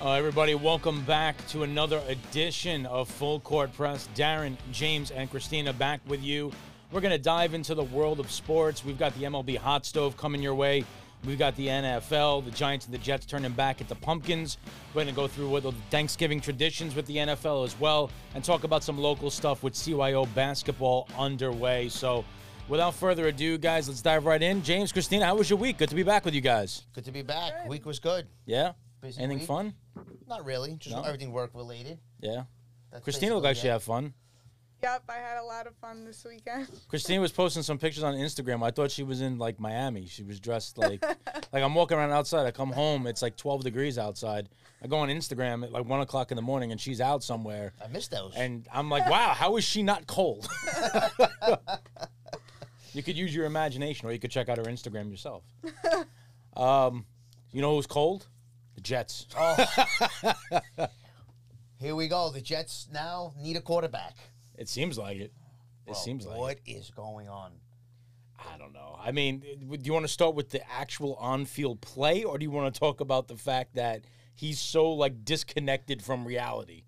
Uh, everybody, welcome back to another edition of Full Court Press. Darren, James, and Christina back with you. We're going to dive into the world of sports. We've got the MLB hot stove coming your way. We've got the NFL, the Giants and the Jets turning back at the Pumpkins. We're going to go through what the Thanksgiving traditions with the NFL as well and talk about some local stuff with CYO basketball underway. So, without further ado, guys, let's dive right in. James, Christina, how was your week? Good to be back with you guys. Good to be back. Week was good. Yeah? Busy Anything week. fun? Not really. Just No? everything work related. Yeah. That's Christina looked basically like she it. had fun. Yep, I had a lot of fun this weekend. Christine was posting some pictures on Instagram. I thought she was in like Miami. She was dressed like like I'm walking around outside. I come home, it's like 12 degrees outside. I go on Instagram at like one o'clock in the morning, and she's out somewhere. I missed those. And I'm like, wow, how is she not cold? you could use your imagination, or you could check out her Instagram yourself. Um, you know who's cold? The Jets. oh. Here we go. The Jets now need a quarterback. It seems like it. It Bro, seems like it. what is going on? I don't know. I mean, do you want to start with the actual on-field play, or do you want to talk about the fact that he's so like disconnected from reality?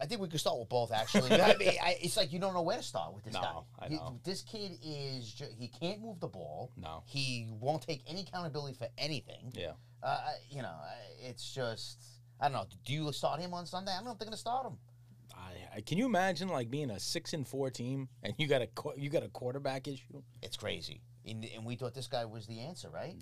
I think we could start with both. Actually, I mean, I, it's like you don't know where to start with this No, guy. I He- know. this kid is ju- he can't move the ball. No. he won't take any accountability for anything. Yeah. Uh, I- you know, I- it's just I don't know. Do you start him on Sunday? I don't think I'm gonna start him. I, I can you imagine like being a six and four team and you got a qu- you got a quarterback issue? It's crazy. And, and we thought this guy was the answer, right?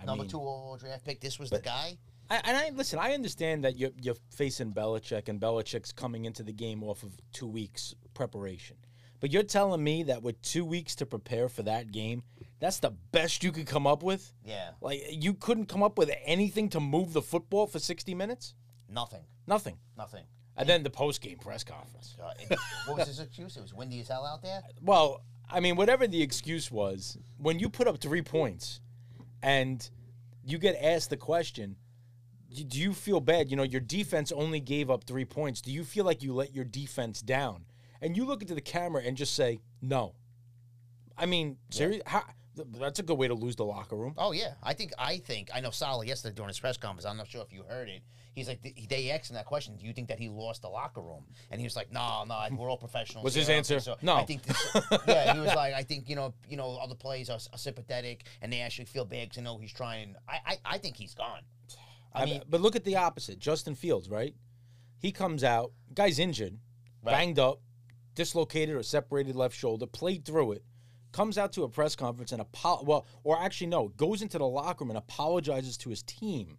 I Number mean- two overall draft pick. This was the guy. I, and I listen. I understand that you're, you're facing Belichick, and Belichick's coming into the game off of two weeks preparation. But you're telling me that with two weeks to prepare for that game, that's the best you could come up with. Yeah, Like you couldn't come up with anything to move the football for 60 minutes? nothing, Nothing. nothing. And then the post-game press conference. Uh, and what was his excuse? It was windy as hell out there. Well, I mean whatever the excuse was, when you put up 3 points and you get asked the question, y- do you feel bad? You know, your defense only gave up 3 points. Do you feel like you let your defense down? And you look into the camera and just say, "No." I mean, seriously, that's a good way to lose the locker room. Oh yeah, I think I think I know Sala yesterday during his press conference. I'm not sure if you heard it. He's like th- they asked him that question. Do you think that he lost the locker room? And he was like, No, no, I- we're all professionals. Was here. his I don't think answer, so." "No." I think. This, yeah, he was like, I think you know, you know, other players are, s- are sympathetic and they actually feel bad because they know he's trying. I, I, I think he's gone. I I mean, but look at the opposite. Justin Fields, right? He comes out, guy's injured, Right. banged up, dislocated or separated left shoulder, played through it, comes out to a press conference and apo- well, or actually no, goes into the locker room and apologizes to his team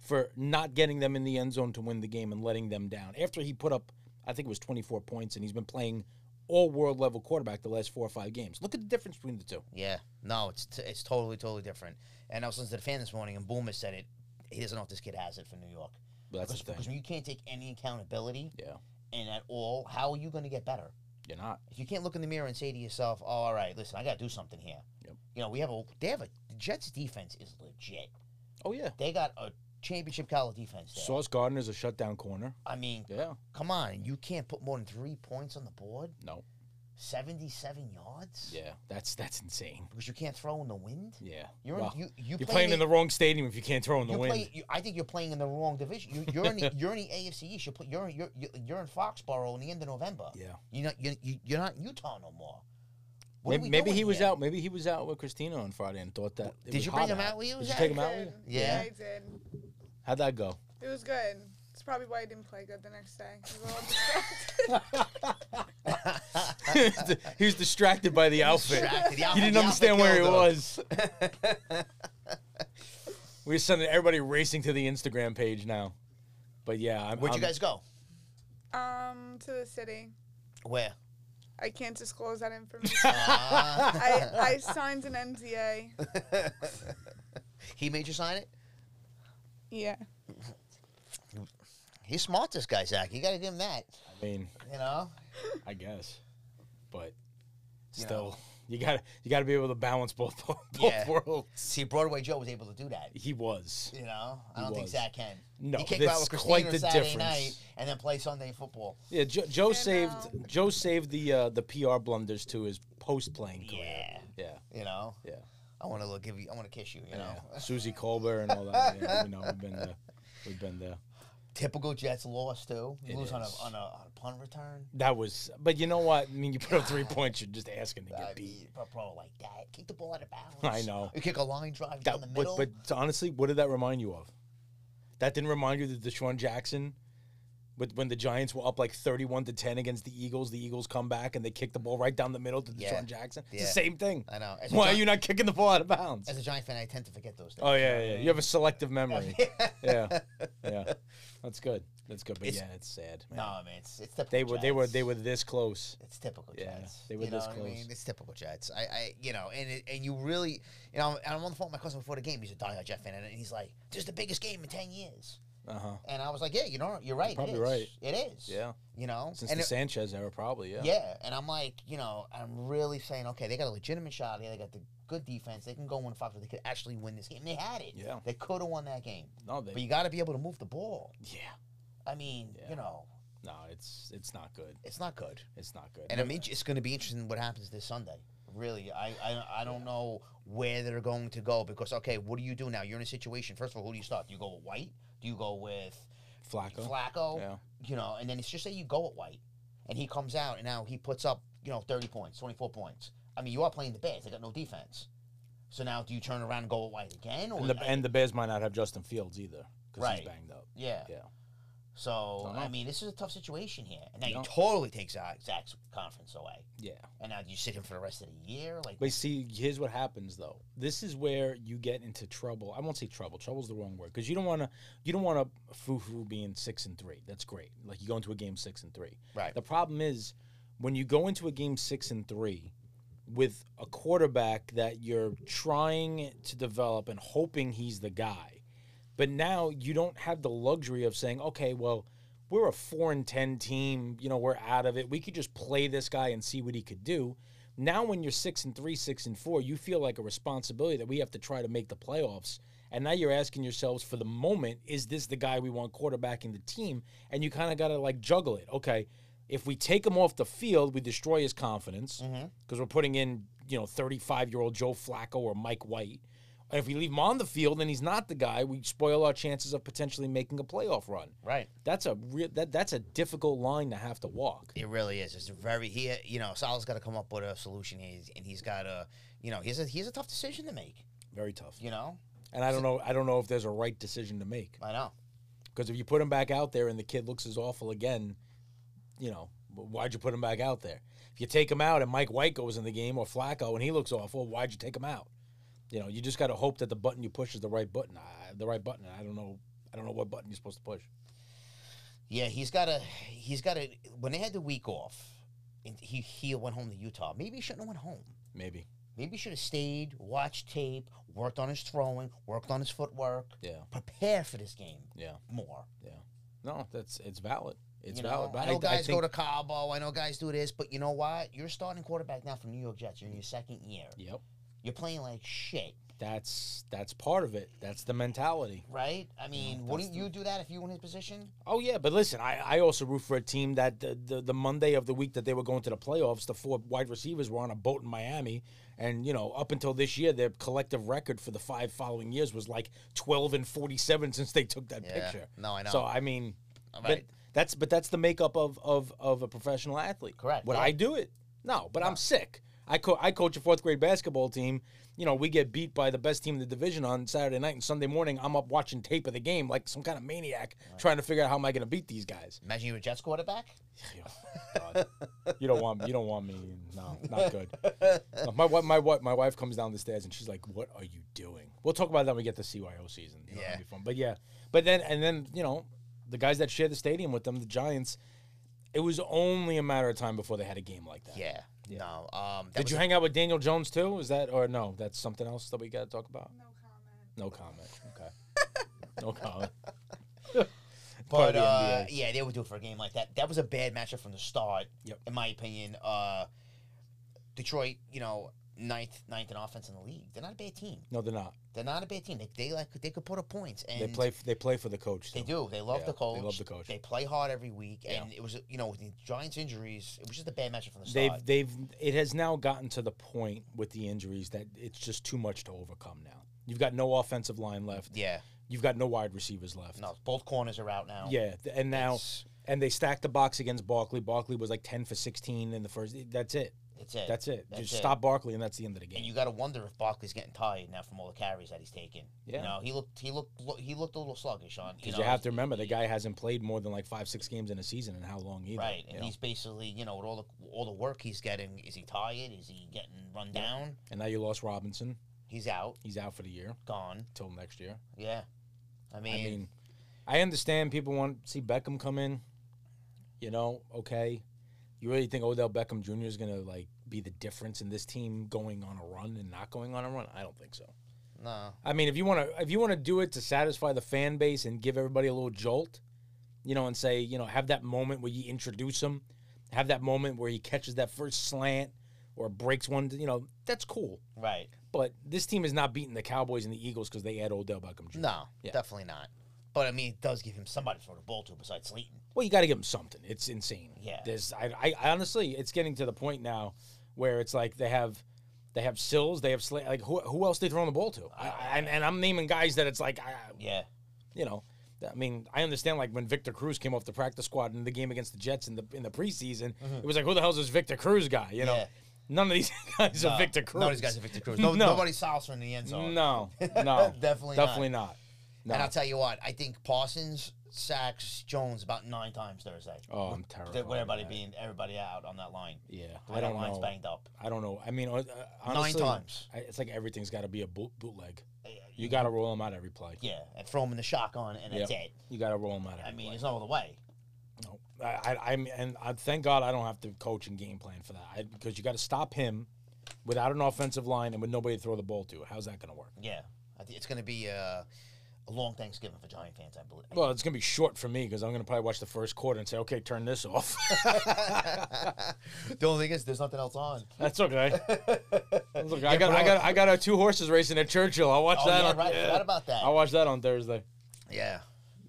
for not getting them in the end zone to win the game and letting them down. After he put up, I think it was 24 points, and he's been playing all world level quarterback the last four or five games. Look at the difference between the two. Yeah, no, it's t- it's totally totally different. And I was listening to the fan this morning, and Boomer said it. He doesn't know if this kid has it for New York. But that's because, the thing. because you can't take any accountability Yeah, and at all. How are you going to get better? you're not. If you can't look in the mirror and say to yourself, oh, "All right, listen, I got to do something here." Yep. You know, we have a they have a the Jets defense is legit. Oh yeah. They got a championship caliber defense there. Sauce Gardner's a shutdown corner. I mean, Yeah. come on, you can't put more than three points on the board. No. Seventy-seven yards. Yeah. That's that's insane. Because you can't throw in the wind. Yeah. You're Well, in, you you you're play playing the- in the wrong stadium if you can't throw in the you wind. Play, you, I think you're playing in the wrong division. You, you're in the, you're in the AFC East. You're, pl- you're you're you're- you're in Foxborough in the end of November. Yeah. You're not you're, you- you're not in Utah no more. What are maybe we maybe doing he was here? out. Maybe he was out with Christina on Friday and thought that. it Did was you bring hot him out with you, Did you Zach? take him I out? With did. you? Yeah. I did. How'd that go? It was good. It's probably why I didn't play good the next day. We were all distracted. he was distracted by the outfit. Distracted. The He outfit- didn't the understand outfit where he killed him. was. we are sending everybody racing to the Instagram page now. But yeah, I'm, Where'd I'm- you guys go? um, to the city. Where? I can't disclose that information. I, I signed an NDA. He made you sign it. Yeah. He's smart, this guy Zach. You got to give him that. I mean, You know. I guess, but You know. still, you got to you got to be able to balance both both Yeah. worlds. See, Broadway Joe was able to do that. He was. You know, I He don't think was. Zach can. No, he can't this go out is with quite Christina the Saturday difference. night and then play Sunday football. Yeah, Joe, Joe saved um, know. Joe saved the uh, the PR blunders to his post playing career. Yeah, Yeah, you know. yeah, I want to give you. I want to kiss you. You yeah. know. Susie Colbert and all that. Yeah, you know, we've been there. We've been there. typical Jets loss too. You It lose on a, is. on a on a punt return. That was, but you know what? I mean, you put up three points, you're just asking to I get beat. mean, but bro, like that, kick the ball out of bounds. I know. You kick a line drive down That, the but, middle. but honestly, what did that remind you of? That didn't remind you of the Deshaun Jackson, with when the Giants were up like thirty-one to ten against the Eagles. The Eagles come back and they kick the ball right down the middle to Deshaun Yeah. Jackson. It's Yeah. Uh, the same thing. I know. As a Why are Gi- you not kicking the ball out of bounds? As a Giant fan, I tend to forget those things. Oh yeah, yeah. You have a selective memory. yeah, yeah. That's good. That's good. But It's- yeah, it's sad, man. No, man, it's it's typical. They were they were Jets. they were this close. It's typical Yeah, Jets. they were you know this what I mean? close. It's typical Jets. I, I you know, and it, and you really, you know, and I'm on the phone with my cousin before the game. He's a diehard Jet fan, and he's like, "This is the biggest game in ten years." Uh huh. And I was like, "Yeah, you know, you're right. probably it is. right. It is. Yeah. you know, Since and the it- Sanchez era, probably. Yeah. yeah. and I'm like, you know, I'm really saying, okay, they got a legitimate shot here. They got the good defense. They can go one five. They could actually win this game. They had it. Yeah. they could have won that game. No, they. But you got to be able to move the ball. yeah. I mean, Yeah. you know, No, it's it's not good. it's not good. It's not good. And But- I'm int- it's going to be interesting what happens this Sunday. Really, I, I I don't know where they're going to go because okay, what do you do now? You're in a situation. First of all, who do you start? Do you go with White? Do you go with Flacco. Flacco? Yeah. You know, and then it's just say you go with White, and he comes out and now he puts up you know 30 points, 24 points. I mean, you are playing the Bears. They got no defense. So now do you turn around and go with White again? Or And the, and the Bears might not have Justin Fields either because Right. he's banged up. yeah. Yeah. So Don't know. I mean, this is a tough situation here, and now No. you totally take Zach, Zach's conference away, Yeah. and now do you sit him for the rest of the year? Like, But see, here's what happens though. This is where you get into trouble. I won't say trouble. Trouble's the wrong word because you don't want to. You don't want to foo-foo being six and three. That's great. Like you go into a game six and three. right? The problem is when you go into a game six and three with a quarterback that you're trying to develop and hoping he's the guy, but now you don't have the luxury of saying, okay, well, we're a four and ten team, you know, we're out of it. We could just play this guy and see what he could do. Now, when you're six and three, six and four, you feel like a responsibility that we have to try to make the playoffs. And now you're asking yourselves for the moment, is this the guy we want quarterbacking the team? And you kind of got to like juggle it. Okay, if we take him off the field, we destroy his confidence because we're putting in, you know, 35 year old Joe Flacco or Mike White. And if we leave him on the field and he's not the guy, we spoil our chances of potentially making a playoff run. Right. That's a real that that's a difficult line to have to walk. It really is. It's a very he. You know, Sal's got to come up with a solution. He's and he's got a. You know, he's a he's a tough decision to make. Very tough. You know, And I don't know I don't know if there's a right decision to make I know. because if you put him back out there and the kid looks as awful again, you know, wh- why'd you put him back out there? If you take him out and Mike White goes in the game or Flacco and he looks awful, why'd you take him out? You know, you just got to hope that the button you push is the right button. I, the right button. I don't know. I don't know what button you're supposed to push. Yeah, he's got a he's got a. When they had the week off, and he he went home to Utah. Maybe he shouldn't have went home. Maybe. Maybe he should have stayed, watched tape, worked on his throwing, worked on his footwork, Yeah. prepare for this game Yeah. more. No, that's it's valid. It's you valid. know? But I know I guys think- go to Cabo. I know guys do this, but you know what? You're a starting quarterback now for New York Jets. You're in your second year. Yep. You're playing like shit. That's that's part of it. That's the mentality. Right? I mean, that's wouldn't the- you do that if you were in his position? Oh yeah, but listen, I, I also root for a team that the, the the Monday of the week that they were going to the playoffs, the four wide receivers were on a boat in Miami, and you know up until this year, their collective record for the five following years was like twelve and forty seven since they took that Yeah. picture. No, I know. So I mean, All but right. that's but that's the makeup of of of a professional athlete. Correct, Would yeah. I do it? No, but I'm sick. I co- I coach a fourth grade basketball team. You know, we get beat by the best team in the division on Saturday night and Sunday morning. I'm up watching tape of the game like some kind of maniac, trying to figure out how am I going to beat these guys. Imagine you were a Jets quarterback. God. you don't want you don't want me. No, not good. No, my wife, my wife, my wife comes down the stairs and she's like, "What are you doing?" We'll talk about that when we get to CYO season. You know, that'd Yeah. be fun. But yeah, but then and then you know, the guys that share the stadium with them, the Giants. It was only a matter of time before they had a game like that. Yeah. No. Um, that Did was you a- hang out with Daniel Jones too? Is that or no? That's something else that we got to talk about. No No comment. comment. Okay. no comment. Part of But the uh, NBA. yeah, they would do it for a game like that. That was a bad matchup from the start, Yep. in my opinion. Uh, Detroit, you know, ninth, ninth in offense in the league. They're not a bad team. No, they're not. They're not a bad team. They, they like they could put up points. And They play. They play for the coach. They too. do. They love Yeah, the they coach. love the coach. They play hard every week, Yeah. and it was you know with the Giants injuries, it was just a bad matchup from the they've start. they've it has now gotten to the point with the injuries that it's just too much to overcome now. You've got no offensive line left. Yeah. You've got no wide receivers left. No, both corners are out now. Yeah, th- and now It's- and they stacked the box against Barkley. Barkley was like ten for sixteen in the first. That's it. That's it. That's it. That's Just stop Barkley, and that's the end of the game. And you got to wonder if Barkley's getting tired now from all the carries that he's taken. Yeah. You know, he looked he looked lo- he looked a little sluggish on. Because know, you have to he- remember the he- guy hasn't played more than like five, six games in a season, and how long either. Right, you and know? he's basically you know with all the all the work he's getting, is he tired? Is he getting run down? And now you lost Robinson. He's out, He's out for the year gone. till next year. Yeah, I mean, I mean, I understand people want to see Beckham come in. You know, okay. You really think Odell Beckham Jr. is gonna like be the difference in this team going on a run and not going on a run? I don't think so. no, I mean, if you want to, if you want to do it to satisfy the fan base and give everybody a little jolt, you know, and say, you know, have that moment where you introduce him, have that moment where he catches that first slant or breaks one, you know, that's cool. right? But this team is not beating the Cowboys and the Eagles because they add Odell Beckham Jr. No, Yeah. definitely not. But I mean, it does give him somebody to throw the ball to besides Slayton. Well, you got to give him something. It's insane. Yeah. There's, I, I honestly, it's getting to the point now where it's like they have, they have Sills, they have Slay, like who, who else they throwing the ball to? I, I- and, and I'm naming guys that it's like, I, Yeah, you know, I mean, I understand like when Victor Cruz came off the practice squad in the game against the Jets in the in the preseason, it was like, who the hell's this Victor Cruz guy? You know, Mm-hmm. Yeah. none of these guys No, are Victor Cruz. Nobody's got a Victor Cruz. No, No. nobody saw us in the end zone. No, no, Definitely not. definitely not. And No. I'll tell you what, I think Parsons sacks Jones about nine times Thursday. Oh, I'm With- terrified. with everybody man. being everybody out on that line. Yeah, The way I that don't line's know. banged up. I don't know. I mean, uh, honestly, times. I, it's like everything's got to be a boot, bootleg. Uh, You got to roll them out every play. Yeah, and throw him in the shotgun, and that's Yep. it. You got to roll them out. Every I mean, play. there's no other way. No, I, I, I'm, and I, thank God I don't have to coach and game plan for that I, because you got to stop him without an offensive line and with nobody to throw the ball to. How's that going to work? Yeah, I think it's going to be uh, a long Thanksgiving for Giant fans, I believe. Well, it's going to be short for me because I'm going to probably watch the first quarter and say, okay, turn this off. the only thing is, there's nothing else on. That's okay. Look, I Yeah, got, I bro. got, I got uh, two horses racing at Churchill. I'll watch Oh, that. yeah, on, right. I forgot about that. I'll watch that on Thursday. Yeah,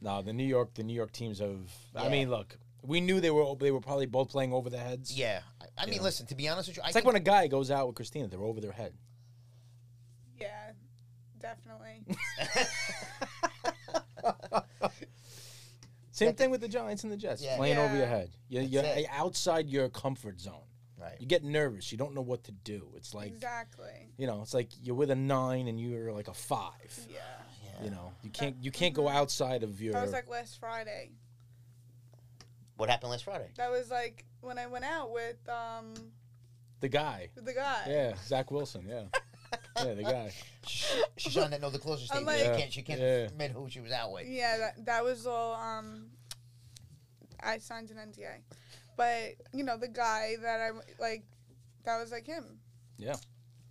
No, the New York, the New York teams have. I Yeah. mean, look, we knew they were, they were probably both playing over their heads. yeah. I, I mean, listen. To be honest with you, I It's like think- when a guy goes out with Christina, they're over their head. Yeah, definitely. Same thing with the Giants and the Jets. Yeah. Playing over Yeah. your head. You're, you're That's it. outside your comfort zone. You right. get nervous. You don't know what to do. It's like exactly. you know, it's like you're with a nine and you're like a five. Yeah. Yeah. Mm-hmm. You know, you can't you can't go outside of your. That was like last Friday. What happened last Friday? That was like when I went out with um the guy. with the guy. Yeah, Zach Wilson. Yeah, yeah, the guy. She's on that no the closer statement. like- she can't. She can't Yeah. admit who she was out with. Yeah, that, that was all. Um, I signed an NDA, but you know the guy that I like, that was like him.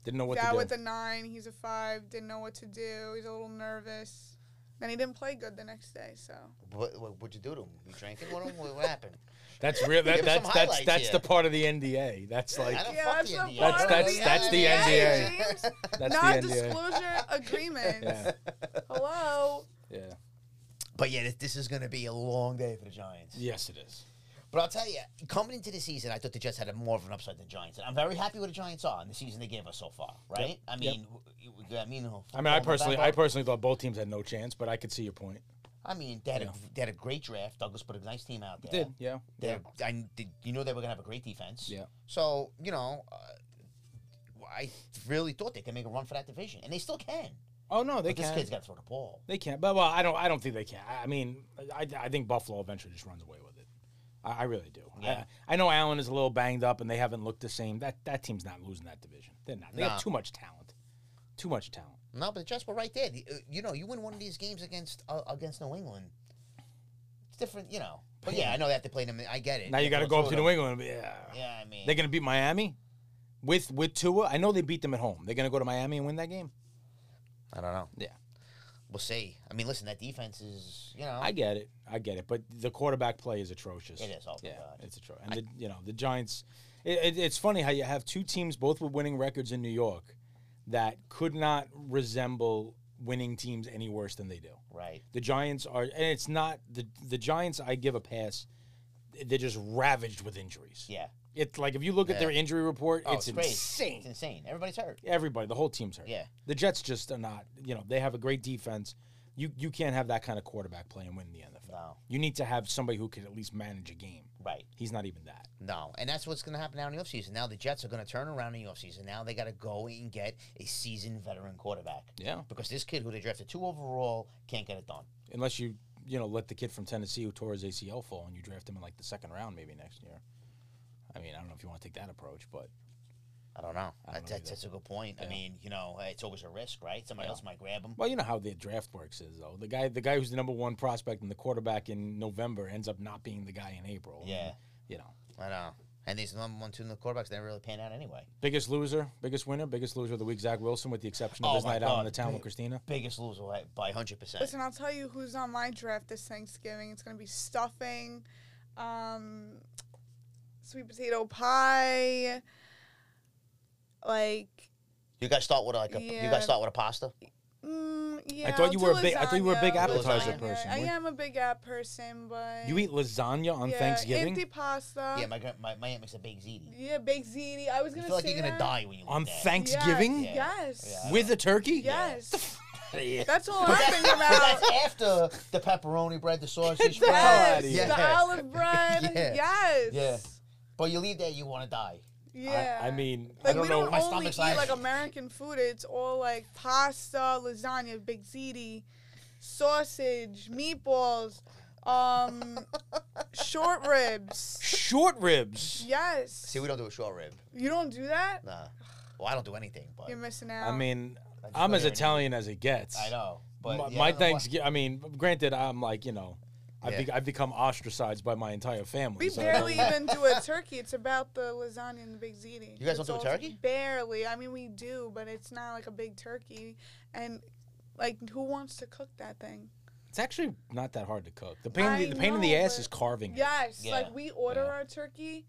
Didn't know what Dad to do. with a nine, he's a five. Didn't know what to do. He's a little nervous. Then he didn't play good the next day. So What, what, what'd you do to him? You drank it? What, what, what happened? that's real. Give That, us that's some that's highlights that's here. the part of the NDA. That's I like don't Yeah, Oh, fuck that's the NDA. the That's- that's- that's the NDA. James. that's the NDA. non-disclosure agreement. Yeah, Hello. yeah. But yeah, this, this is going to be a long day for the Giants. Yes, it is. But I'll tell you, coming into the season, I thought the Jets had a more of an upside than the Giants. And I'm very happy with the Giants are in the season they gave us so far, right? I mean, w- w- I mean, uh, I mean, I football personally, I November. personally thought both teams had no chance, but I could see your point. I mean, they had, a, they had a great draft. Douglas put a nice team out there. Did yeah, They had- I, did, you know they were going to have a great defense. Yeah. So, you know, uh, I really thought they could make a run for that division. And they still can. Oh no, they But this can. kid's got to throw the ball. They can't. But well, I don't. I don't think they can. I I mean, I, I think Buffalo eventually just runs away with it. I, I really do. Yeah. I, I know Allen is a little banged up, and they haven't looked the same. That that team's not losing that division. They're not. They Nah. have too much talent. Too much talent. No, but the Jets were right there. The- uh, You know, you win one of these games against uh, against New England. It's different, you know. But yeah, I know they have to play them. I get it. Now you got to go up to New England. Yeah. Yeah, I mean, They're gonna beat Miami with with Tua. I know they beat them at home. They're gonna go to Miami and win that game. I don't know. Yeah. We'll see. I mean, listen, that defense is, you know, I get it. I get it. But the quarterback play is atrocious. It is, oh my yeah, God. it's atrocious. And the, you know the Giants. It, it, it's funny how you have two teams both with winning records in New York that could not resemble winning teams any worse than they do. right? The Giants are, and it's not the the Giants. I give a pass. They're just ravaged with injuries. Yeah. It's like if you look at their injury report, Oh, it's, crazy. insane. It's insane. Everybody's hurt. Everybody, the whole team's hurt. Yeah. The Jets just are not. You know, they have a great defense. you you can't have that kind of quarterback play and win the NFL. No. You need to have somebody who can at least manage a game. Right. He's not even that. No, and that's what's going to happen now in the offseason. Now the Jets are going to turn around in the offseason. Now they got to go and get a seasoned veteran quarterback Yeah. because this kid who they drafted two overall can't get it done. Unless you you know let the kid from Tennessee who tore his ACL fall and you draft him in like the second round maybe next year. I mean I don't know if you want to take that approach, but I don't know. I don't That- know that's, either. that's a good point. I Yeah. mean, you know, it's always a risk, right? Somebody Yeah. else might grab him. well you know how the draft works is though the guy the guy who's the number one prospect and the quarterback in November ends up not being the guy in April. Yeah. you know I know. And these number one, two in the quarterbacks, they really pan out anyway. biggest loser, biggest winner, biggest loser of the week Zach Wilson with the exception of Oh, his my night out in God. the town with Christina. Biggest loser by- by 100%. Listen, I'll tell you who's on my draft this Thanksgiving. It's gonna be stuffing, um, sweet potato pie, like. you guys start with like a you Yeah. guys start with a pasta. Mm, yeah, thought I'll you do were a big- I thought you were a big lasagna, appetizer lasagna. person, I weren't- am a big app person, but You eat lasagna on yeah, Thanksgiving? antipasta. yeah, my, gra- my my aunt makes a big ziti. yeah, baked ziti. I was You gonna feel like say you're gonna that. die when you eat on that. Thanksgiving Yeah. Yes. Yeah. with a turkey? Yes. Yeah. That's all But I'm that's, thinking but about. that's after the pepperoni bread, the sausage Get the hell outta bread. Yes, here. the olive bread. Yeah. Yes. Yeah. But you leave that, you want to die. Yeah. I, I mean, like I don't we know. don't My only eat stomach's like- like American food. It's all like pasta, lasagna, big ziti, sausage, meatballs, um, short ribs. Short ribs. Yes. See, we don't do a short rib. you don't do that. Nah. Well, I don't do anything, but You're missing out. I mean, I just I'm go as there and eat. Italian as it gets. I know, but my my yeah, I don't know why. Thanksgiving. I mean, granted, I'm like you know, I've, Yeah. be- I've become ostracized by my entire family. we so I don't- barely even do a turkey. It's about the lasagna and the big ziti. You guys don't It's do a all- turkey? Barely. I mean, we do, but it's not like a big turkey. And like, who wants to cook that thing? It's actually not that hard to cook. The pain, in I the, the pain in the know, ass but- is carving. it. Yes. Yeah. Like we order Yeah. our turkey,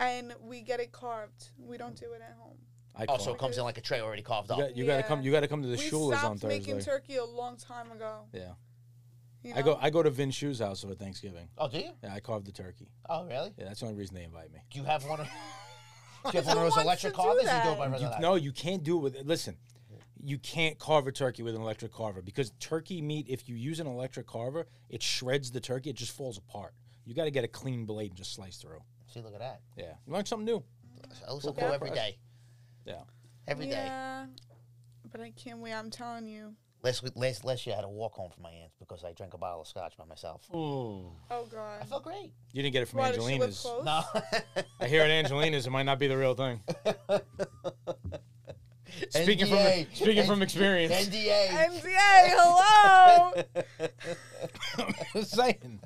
and we get it carved. We don't do it at home. I Oh, so carve it comes in like a tray already carved it. up. you, got, you gotta Yeah. come. You gotta come to the we Shula's stopped on Thursday. making turkey a long time ago. Yeah. You I know? go. I go to Vin's Shoe's house for Thanksgiving. Oh, do you? Yeah, I carved the turkey. Oh, really? Yeah, that's the only reason they invite me. Do you have one? Of, do you have one Who of those wants electric to do carvers? You do that? it by You, regular- no, you can't do it with. Listen, you can't carve a turkey with an electric carver because turkey meat, if you use an electric carver, it shreds the turkey. It just falls apart. You got to get a clean blade and just slice through. See, look at that. Yeah, you learn something new. I lose something Yeah. every day. Yeah. Every day. yeah. But I can't wait. I'm telling you. Last week, last last year, I had a walk home from my aunt's because I drank a bottle of scotch by myself. Ooh. Oh I God. felt great. You didn't get it from Why, does she live Angelina's. close? No, I hear at Angelina's, it might not be the real thing. Speaking NDA. from speaking from experience, NDA. NDA, hello. Just saying.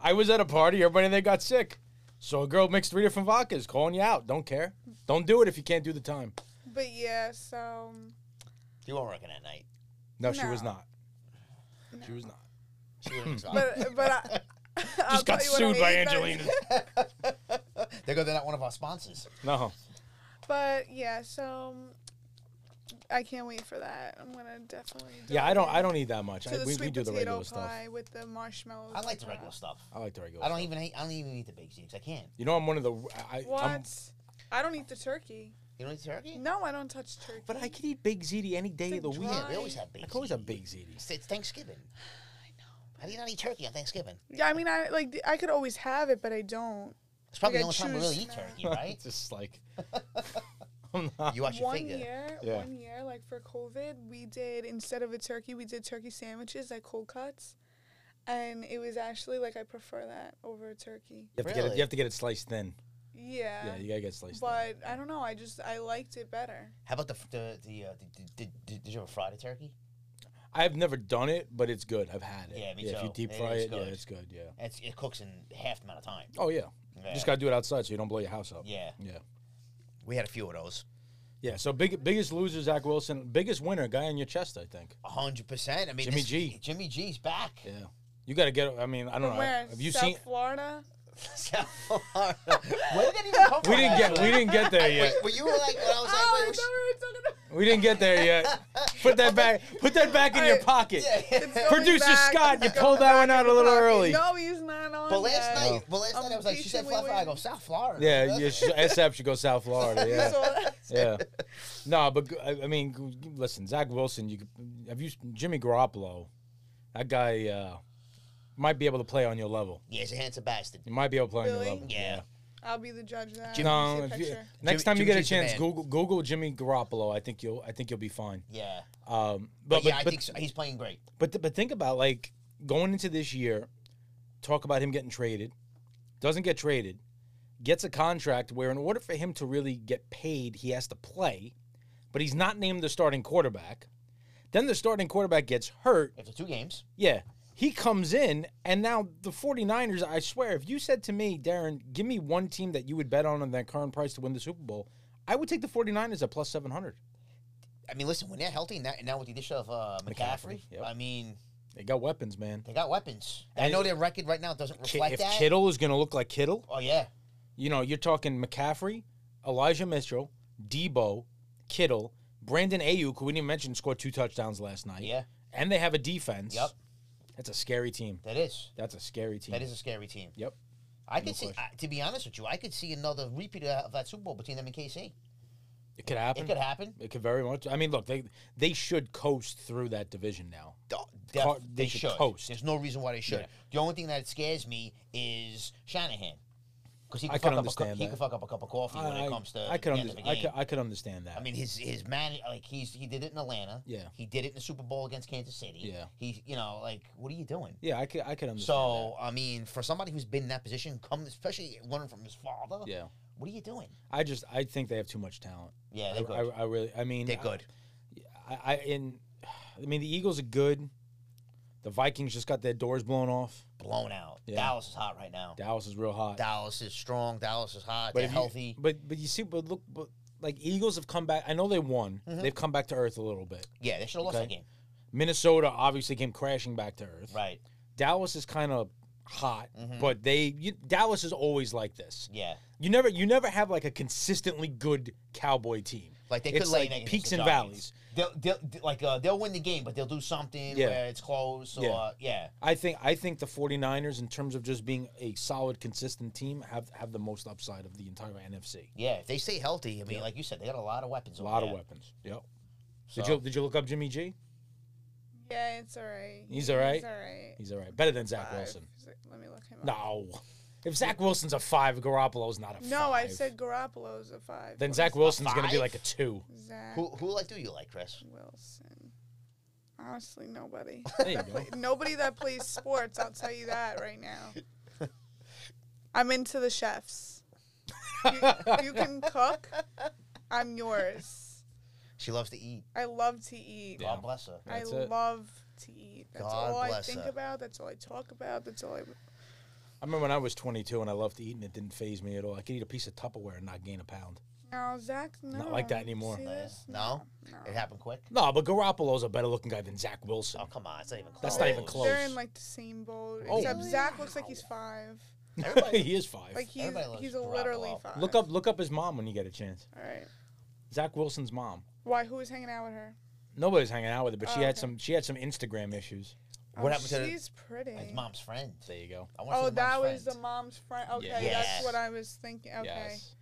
I was at a party. Everybody there got sick. So a girl mixed three different vodkas, calling you out. Don't care. Don't do it if you can't do the time. but yeah, so You weren't working at night. No, she was No. not. She was not. She was exhausted. but but I I'll Just got tell you what I sued by hate that- Angelina. they go. They're not one of our sponsors. No. But yeah, so I can't wait for that. I'm gonna definitely. Yeah, dive I don't. in. I don't eat that much. To I, the we, sweet we do the potato regular stuff. pie with the marshmallows. I on like the top. regular stuff. I like the regular. I don't stuff. even hate. I don't even eat the baked ziti 'cause I can't. You know, I'm one of the. I, I- What? I'm- I don't eat the turkey. You don't eat turkey? No, I don't touch turkey. but I could eat big ziti any day It's of the a week. Yeah, dry- we always have baked. I could always ziti. have big ziti. It's, it's Thanksgiving. How do you not eat turkey on Thanksgiving? Yeah, I mean, I like I could always have it, but I don't. It's probably Like, the I only time we really choose eat not. turkey, right? It's just like. I'm not- you watch your one figure. year, Yeah. one year, like for COVID, we did instead of a turkey, we did turkey sandwiches like cold cuts, and it was actually like I prefer that over a turkey. you have to get it. Really? You have to get it sliced thin. Yeah. Yeah, you gotta get sliced thin. but I don't know. I just I liked it better. How about the f- the the, uh, the, the, the did you ever fry the turkey? I've never done it, but it's good. I've had it. Yeah, me If you too. deep It fry is it, yeah, good. it's good. Yeah. It's, it cooks in half the amount of time. Oh yeah. Yeah. Just gotta do it outside so you don't blow your house up. yeah, Yeah. we had a few of those. Yeah. So big, biggest loser Zach Wilson. Biggest winner guy on your chest, I think. A hundred percent. I mean, Jimmy this- G. Jimmy G's back. Yeah. You gotta get. I mean, I don't From know. where? Have you South seen? Florida? South Florida. Where did that even come from? We didn't get actually? we didn't get there Wait, yet. were you like when I was Oh, like, I wait, thought we were talking about- We didn't get there yet. Put that back. Put that back in your pocket. yeah, It's going Producer back, Scott, you it's pulled going that one back out in a little the pocket. early. No, he's not on But last yet. night, but last Um, night I was like, she said patiently flat Florida. I go waiting. South Florida. Yeah, That's- yeah. sh- SF should go South Florida. You Oh, Yeah. saw that? yeah. No, but g- I I mean, g- listen, Zach Wilson. You could- have you Jimmy Garoppolo? That guy uh, might be able to play on your level. Yeah, he's a handsome bastard. You might be able to play on Really? your level. Yeah. I'll be the judge of that. Jim- Let No, me see a if you, picture. next Jimmy- time Jimmy you get a G's the chance, man. Google Google Jimmy Garoppolo. I think you'll I think you'll be fine. Yeah. Um, But, but yeah, I but, think so. he's playing great. But th- but think about like going into this year, talk about him getting traded, doesn't get traded, gets a contract where in order for him to really get paid, he has to play, but he's not named the starting quarterback. Then the starting quarterback gets hurt. After two games, Yeah. He comes in and now the 49ers, I swear, if you said to me, Darren, give me one team that you would bet on at that current price to win the Super Bowl, I would take the 49ers at plus 700. I mean, listen, when they're healthy and, that, and now with the addition of uh, McCaffrey, McCaffrey, yep. I mean, They got weapons, man. they got weapons. I And- know their record right now doesn't Ki- reflect if that. Kittle is going to look like Kittle, oh yeah, You know, you're talking McCaffrey, Elijah Mitchell, Debo, Kittle, Brandon Ayuk, who we didn't even mention scored two touchdowns last night. yeah, And they have a defense. Yep. That's a scary team. that is That's a scary team. that is a scary team. Yep. I No could see, question. I, to be honest with you, I could see another repeat of that- of that Super Bowl between them and KC. It could happen. It could happen. It could very much. I mean, look, they they should coast through that division now. Def- Car- they, they should should. coast. There's no reason why they should. Yeah. The only thing that scares me is Shanahan, because he I can can, fuck up a cup, understand he that. can fuck up a cup of coffee when it comes to I could, under- the end of the I, game. could, I could understand that. I mean, his his man like he's he did it in Atlanta. Yeah. He did it in the Super Bowl against Kansas City. Yeah. He you know like what are you doing? yeah, I could, I could understand So I mean, for somebody who's been in that position, come especially learning from his father. that. Yeah. What are you doing? I just, I think they have too much talent. Yeah, I, they're good. I, I really, I mean, they're I- good. I, I in I mean the Eagles are good. The Vikings just got their doors blown off. Blown out. Yeah. Dallas is hot right now. Dallas is real hot. Dallas is strong. Dallas is hot. but they're if you- healthy. but but you see, but look, but like Eagles have come back. I know they won. Mm-hmm. They've come back to earth a little bit. yeah, they should have lost Okay. that game. Minnesota obviously came crashing back to earth. Right. Mm-hmm. Dallas is kind of hot, but they you, Dallas is always like this. Yeah. You never you never have like a consistently good Cowboy team. Like they it's could lay an egg like against peaks the and Giants. valleys. They'll, they'll like uh, they'll win the game, but they'll do something Yeah. where it's close. Or, Yeah. yeah. Yeah. I think I think the 49ers in terms of just being a solid consistent team have have the most upside of the entire NFC. If they stay healthy, I mean, like you said, they got a lot of weapons. A lot of weapons. weapons. Yep. Did So- you did you look up Jimmy G? Yeah, it's all right. He's all right? He's all right. He's all right. Better than Zach Five. Wilson. Is it- Let me look him up. No. If Zach Wilson's a five, Garoppolo's not a No, I five. said Garoppolo's a five. then What Zach is Wilson's gonna be five? like a two. Zach Who, who like do you like, Chris? Wilson. Honestly, nobody. There you go. nobody that plays sports. I'll tell you that right now. I'm into the chefs. You, you can cook. I'm yours. She loves to eat. I love to eat. Yeah. God bless her. That's I it. love to eat. That's God all I bless think her. about. That's all I talk about. That's all I. I remember when I was 22 and I loved to eat and it didn't phase me at all. I could eat a piece of Tupperware and not gain a pound. No, Zach, no. Not like that anymore. See Yeah. this? No? No. It happened quick. No, but Garoppolo's a better looking guy than Zach Wilson. Oh come on, it's not even close. That's not even close. They're in like the same boat. Oh. Except Zach looks like he's five. Everybody- he is five. Like uh, he's Everybody loves he's a literally Garoppolo. five. look up look up his mom when you get a chance. All right. Zach Wilson's mom. Why? Who was hanging out with her? Nobody's hanging out with it, but she Oh, had okay. some she had some Instagram issues. What happened to the- Oh, She's pretty. His mom's friend. There you go. I want Oh, to that mom's was the friend. mom's friend. Okay, Yes. that's what I was thinking. Okay. Yes.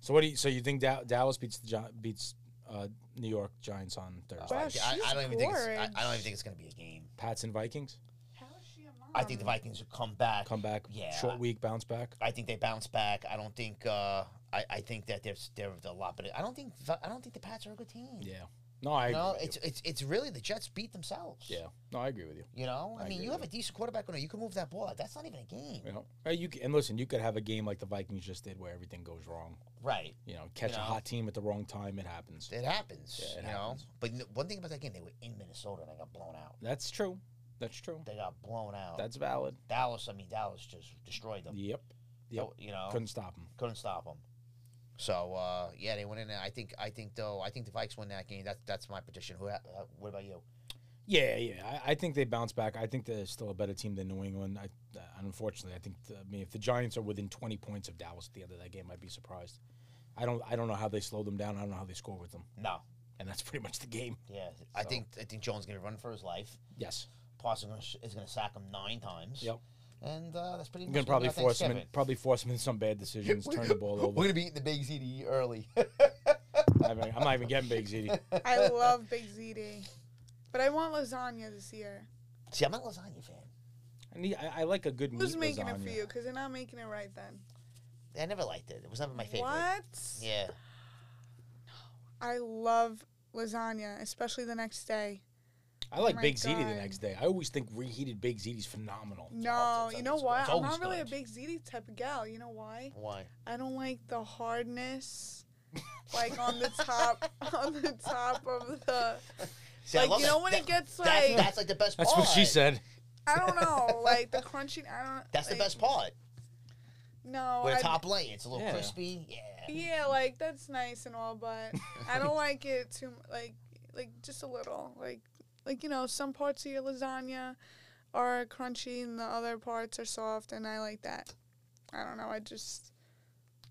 So what do you so you think da- Dallas beats the Gi- beats uh, New York Giants on Thursday? Wow, I, I- I she's don't even think it's, I, I don't even gorgeous. think it's gonna be a game. Pats and Vikings How is she a mom? I think the Vikings will come back. come back. Yeah. Short week bounce back. I think they bounce back. I don't think. Uh, I, I think that there's they're a lot, but I don't think I don't think the Pats are a good team. Yeah. No, I agree No, with it's it's it's really the Jets beat themselves. you. yeah. No, I agree with you. You know, I, I mean, agree you with have a decent quarterback. on it. You can move that ball. That's not even a game. You know, Uh, you c- and listen, you could have a game like the Vikings just did where everything goes wrong. Right. You know, catch You know. a hot team at the wrong time, it happens. It happens. Yeah, it you know. But n- one thing about that game, they were in Minnesota and they got blown out. That's true. That's true. They got blown out. That's valid. Dallas. I mean, Dallas just destroyed them. Yep. Yep. You know, Couldn't stop him. couldn't stop them. So uh, yeah, they went in there. I think I think though I think the Vikes win that game. That's that's my prediction. Who? ha- Uh, what about you? Yeah, yeah. I, I think they bounce back. I think they're still a better team than New England. I, uh, unfortunately, I think the, I mean if the Giants are within 20 points of Dallas at the end of that game, I'd be surprised. I don't I don't know how they slow them down. I don't know how they score with them, No. and that's pretty much the game. Yeah, I So- think I think Jones going to run for his life. Yes, Parson is going to sack him nine times. Yep. And uh, that's pretty. I'm gonna much it probably about force them. In, Thanksgiving. probably force them in some bad decisions. turn the ball We're over. going to be eating the big ZD early. I mean, I'm not even getting Big ZD. I love Big ZD, but I want lasagna this year. See, I'm not a lasagna fan. I, need, I, I like a good meat Who's making it lasagna. for you? Because they're not making it right then. I never liked it. It was never my favorite. What? Yeah. I love lasagna, especially the next day. I like Oh my Big ZD the God. next day. I always think reheated Big ZD's phenomenal. No, it's- you know it's- why? it's I'm always not really a good. big ZD type of gal. You know why? Why? I don't like the hardness, like on the top, on the top of the. See, like you know when it gets like That's, that's like the best part. That's what she said. I don't know, like the crunching. I don't. That's the like, best part. No, Where Oh, I, the top layer, it's a little Yeah. crispy. Yeah. Yeah, like that's nice and all, but I don't like it too. m- Like, like just a little. Like, like you know, some parts of your lasagna are crunchy and the other parts are soft, and I like that. I don't know. I just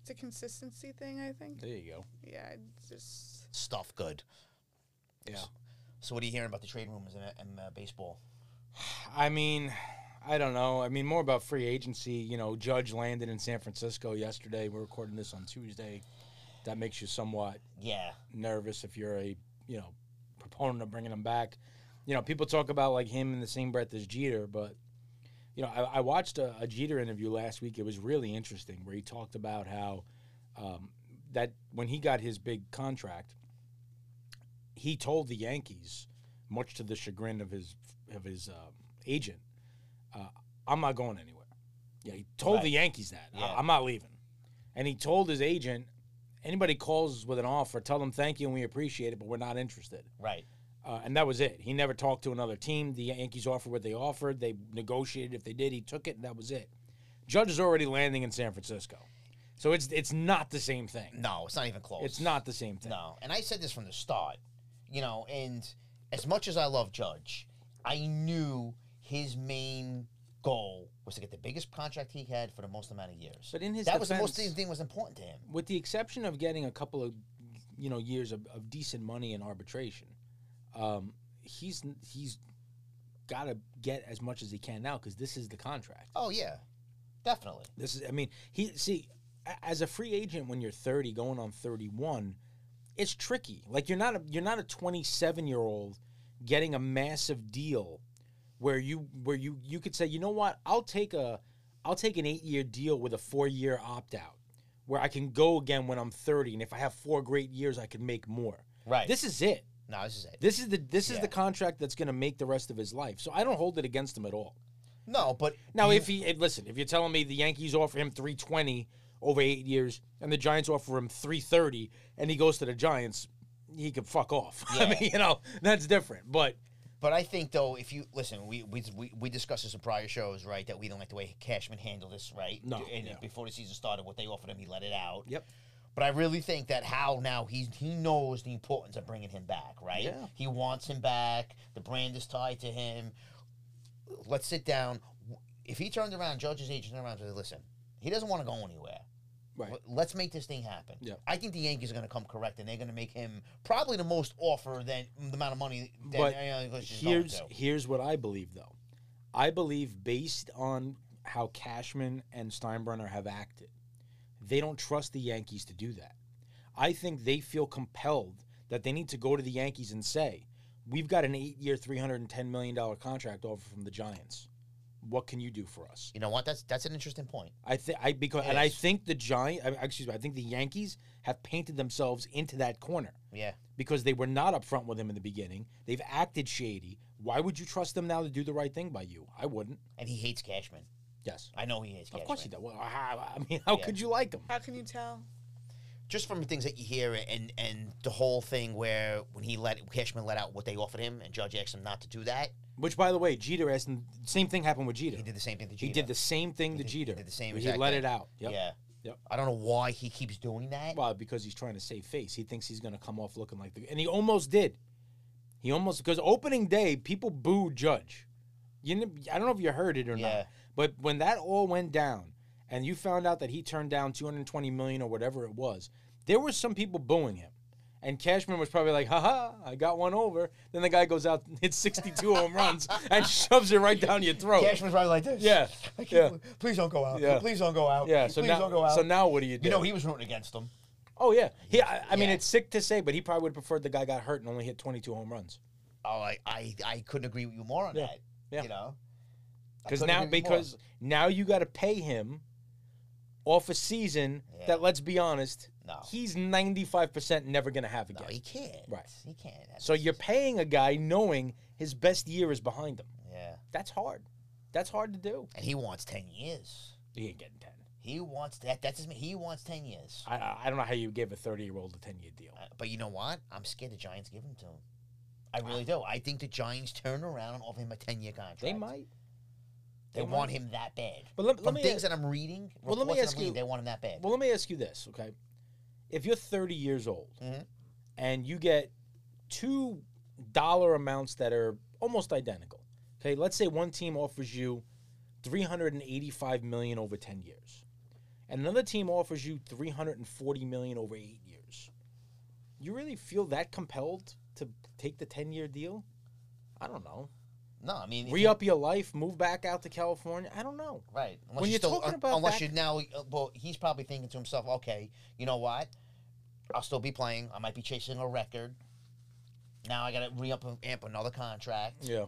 it's a consistency thing. I think. There you go. Yeah, I just Stuff good. Yeah. So what are you hearing about the trade rumors in, in uh, baseball? I mean, I don't know. I mean, more about free agency. You know, Judge landed in San Francisco yesterday. We're recording this on Tuesday. That makes you somewhat Yeah. nervous if you're a you know proponent of bringing him back. You know, people talk about like him in the same breath as Jeter, but you know, I, I watched a, a Jeter interview last week. It was really interesting where he talked about how um, that when he got his big contract, he told the Yankees, much to the chagrin of his of his um agent, uh, "I'm not going anywhere." Yeah, he told the Right. Yankees that I- Yeah. I'm not leaving, and he told his agent, anybody calls with an offer, tell them thank you and we appreciate it, but we're not interested. Right. Uh, and that was it. He never talked to another team. The Yankees offered what they offered. They negotiated. If they did, he took it, and that was it. Judge is already landing in San Francisco, so it's it's not the same thing. No, it's not even close. It's not the same thing. No, and I said this from the start, you know, and as much as I love Judge, I knew his main goal was to get the biggest contract he had for the most amount of years. But in his that was the most defense- thing thing was important to him. with the exception of getting a couple of you know years of, of decent money in arbitration um, he's he's got to get as much as he can now because this is the contract Oh yeah, definitely. this is i mean he see a- as a free agent when you're 30 going on 31 it's tricky like you're not a, you're not a 27 year old getting a massive deal where you where you you could say you know what i'll take a i'll take an eight year deal with a four year opt out where i can go again when i'm 30 and if i have four great years i can make more Right. this is it no, this is it. this is the this is Yeah. the contract that's going to make the rest of his life so i don't hold it against him at all no, but now, you- if he eh, listen, if you're telling me the Yankees offer him 320 over eight years, and the Giants offer him 330, and he goes to the Giants, he could fuck off. I Yeah. mean, you know, that's different. But But I think though, if you listen, we we we, we discussed this in prior shows, right? That we don't like the way Cashman handled this, right? No, And yeah. before the season started, what they offered him, he let it out. Yep. But I really think that how now he he knows the importance of bringing him back, right? Yeah. He wants him back. The brand is tied to him. Let's sit down. If he turned around, Judge's agent turned around and said, "Listen, he doesn't want to go anywhere. Right. Let- Let's make this thing happen." Yep. I think the Yankees are going to come correct, and they're going to make him probably the most offer than the amount of money. That But any other coach is going here's to. here's what I believe though. I believe based on how Cashman and Steinbrenner have acted, they don't trust the Yankees to do that. I think they feel compelled that they need to go to the Yankees and say, "We've got an 8-year, $310 million contract offer from the Giants. What can you do for us?" You know what? That's that's an interesting point. I think I because and I Yes. think the Giant, I- excuse me, I think the Yankees have painted themselves into that corner Yeah. because they were not upfront with him in the beginning. They've acted shady. Why would you trust them now to do the right thing by you? I wouldn't. And he hates Cashman. Yes. I know he hates Cashman. Of course he does. Well, how- I mean, how Yeah. could you like him? how can you tell? Just from the things that you hear and and the whole thing where when he let Cashman let out what they offered him and Judge asked him not to do that, Which, by the way, Jeter asked. him- Same thing happened with Jeter. he did the same thing to He Jeter. did the same thing to did- Jeter. did the same He exact let thing. it out. Yep. Yeah. Yep. I don't know why he keeps doing that. Well, because he's trying to save face. He thinks he's going to come off looking like the. And he almost did. He almost because opening day people boo Judge. You kn- I don't know if you heard it or Yeah. not, but when that all went down and you found out that he turned down 220 million or whatever it was, there were some people booing him. And Cashman was probably like, haha, I got one over. Then the guy goes out and hits 62 home runs and shoves it right down your throat. Cashman's probably like this. Yeah, I can't yeah. believe- Please don't go out. Yeah. Please don't go out. yeah, so Please now, don't go out. so now what do you do? you know he was rooting against him. oh, yeah. He, I, I mean, Yeah. it's sick to say, but he probably would have preferred the guy got hurt and only hit 22 home runs. Oh, I, I, I couldn't agree with you more on Yeah. that. Yeah. You know? I Because couldn't now, agree with you more. because now you got to pay him off a season Yeah. that, let's be honest, No. he's ninety five percent never going to have again. No, he can't. Right. He can't. have so this. you're paying a guy knowing his best year is behind him. Yeah. That's hard. That's hard to do. And he wants 10 years. He ain't getting ten. He wants that. That's his. He wants 10 years. I- I I don't know how you give a thirty year old a ten year deal. Uh, But you know what? I'm scared the Giants give him to him. I really do. I think the Giants turn around and offer him a 10 year contract. Ah. They might. They, they might. want him that bad. But let, let From me uh, things that I'm reading, Well, let me reports ask that I'm reading, you- they want him that bad. Well, let me ask you this, okay? If you're 30 years old Mhm. and you get two dollar amounts that are almost identical, okay? Let's say one team offers you 385 million over 10 years, and another team offers you 340 million over eight years. You really feel that compelled to take the 10 year deal? I don't know. no, I mean, if Re you- up your life, move back out to California. I don't know. Right. Unless When you you're still, talking un- about unless that- you're now, uh, well, he's probably thinking to himself, okay, you know what? I'll still be playing. I might be chasing a record. Now I got to re up and amp another contract. Yeah.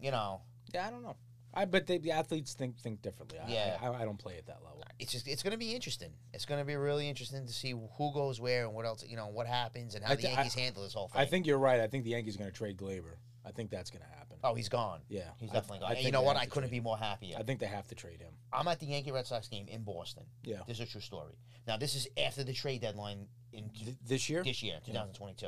You know, Yeah, I don't know. I but the, the athletes think think differently. I, Yeah. I, I don't play at that level. it's just it's going to be interesting. It's going to be really interesting to see who goes where and what else. You know, what happens and how I the thi- I- Yankees handle this whole thing. I think you're right. I think the Yankees are going to trade Glaber. I think that's going to happen. Oh, he's gone. Yeah, He's I- definitely I gone. And you think know they what? have I to couldn't trade be more happier. I think they have to trade him. I'm at the Yankee Red Sox game in Boston. Yeah. This is a true story. Now, this is after the trade deadline in Th- this year? this year, 2022.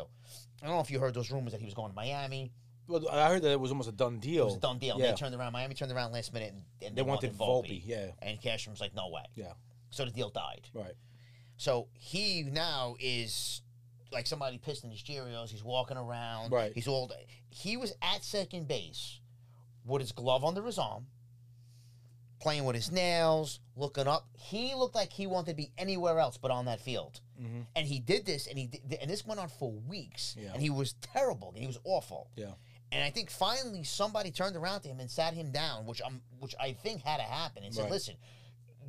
I don't know if you heard those rumors that he was going to Miami. Well, I heard that it was almost a done deal. It was a done deal. Yeah. They turned around. Miami turned around last minute, and, and they wanted Volpe. Yeah. And Cashman's like, no way. Yeah. So the deal died. Right. So he now is like somebody pissed in his Cheerios. He's walking around. Right. He's all. He was at second base with his glove under his arm, playing with his nails, looking up. He looked like he wanted to be anywhere else but on that field. Mm-hmm. And he did this, and he did, and this went on for weeks. Yeah. And he was terrible. And he was awful. Yeah. And I think finally somebody turned around to him and sat him down, which I'm, which I think had to happen, and said, Right. "Listen,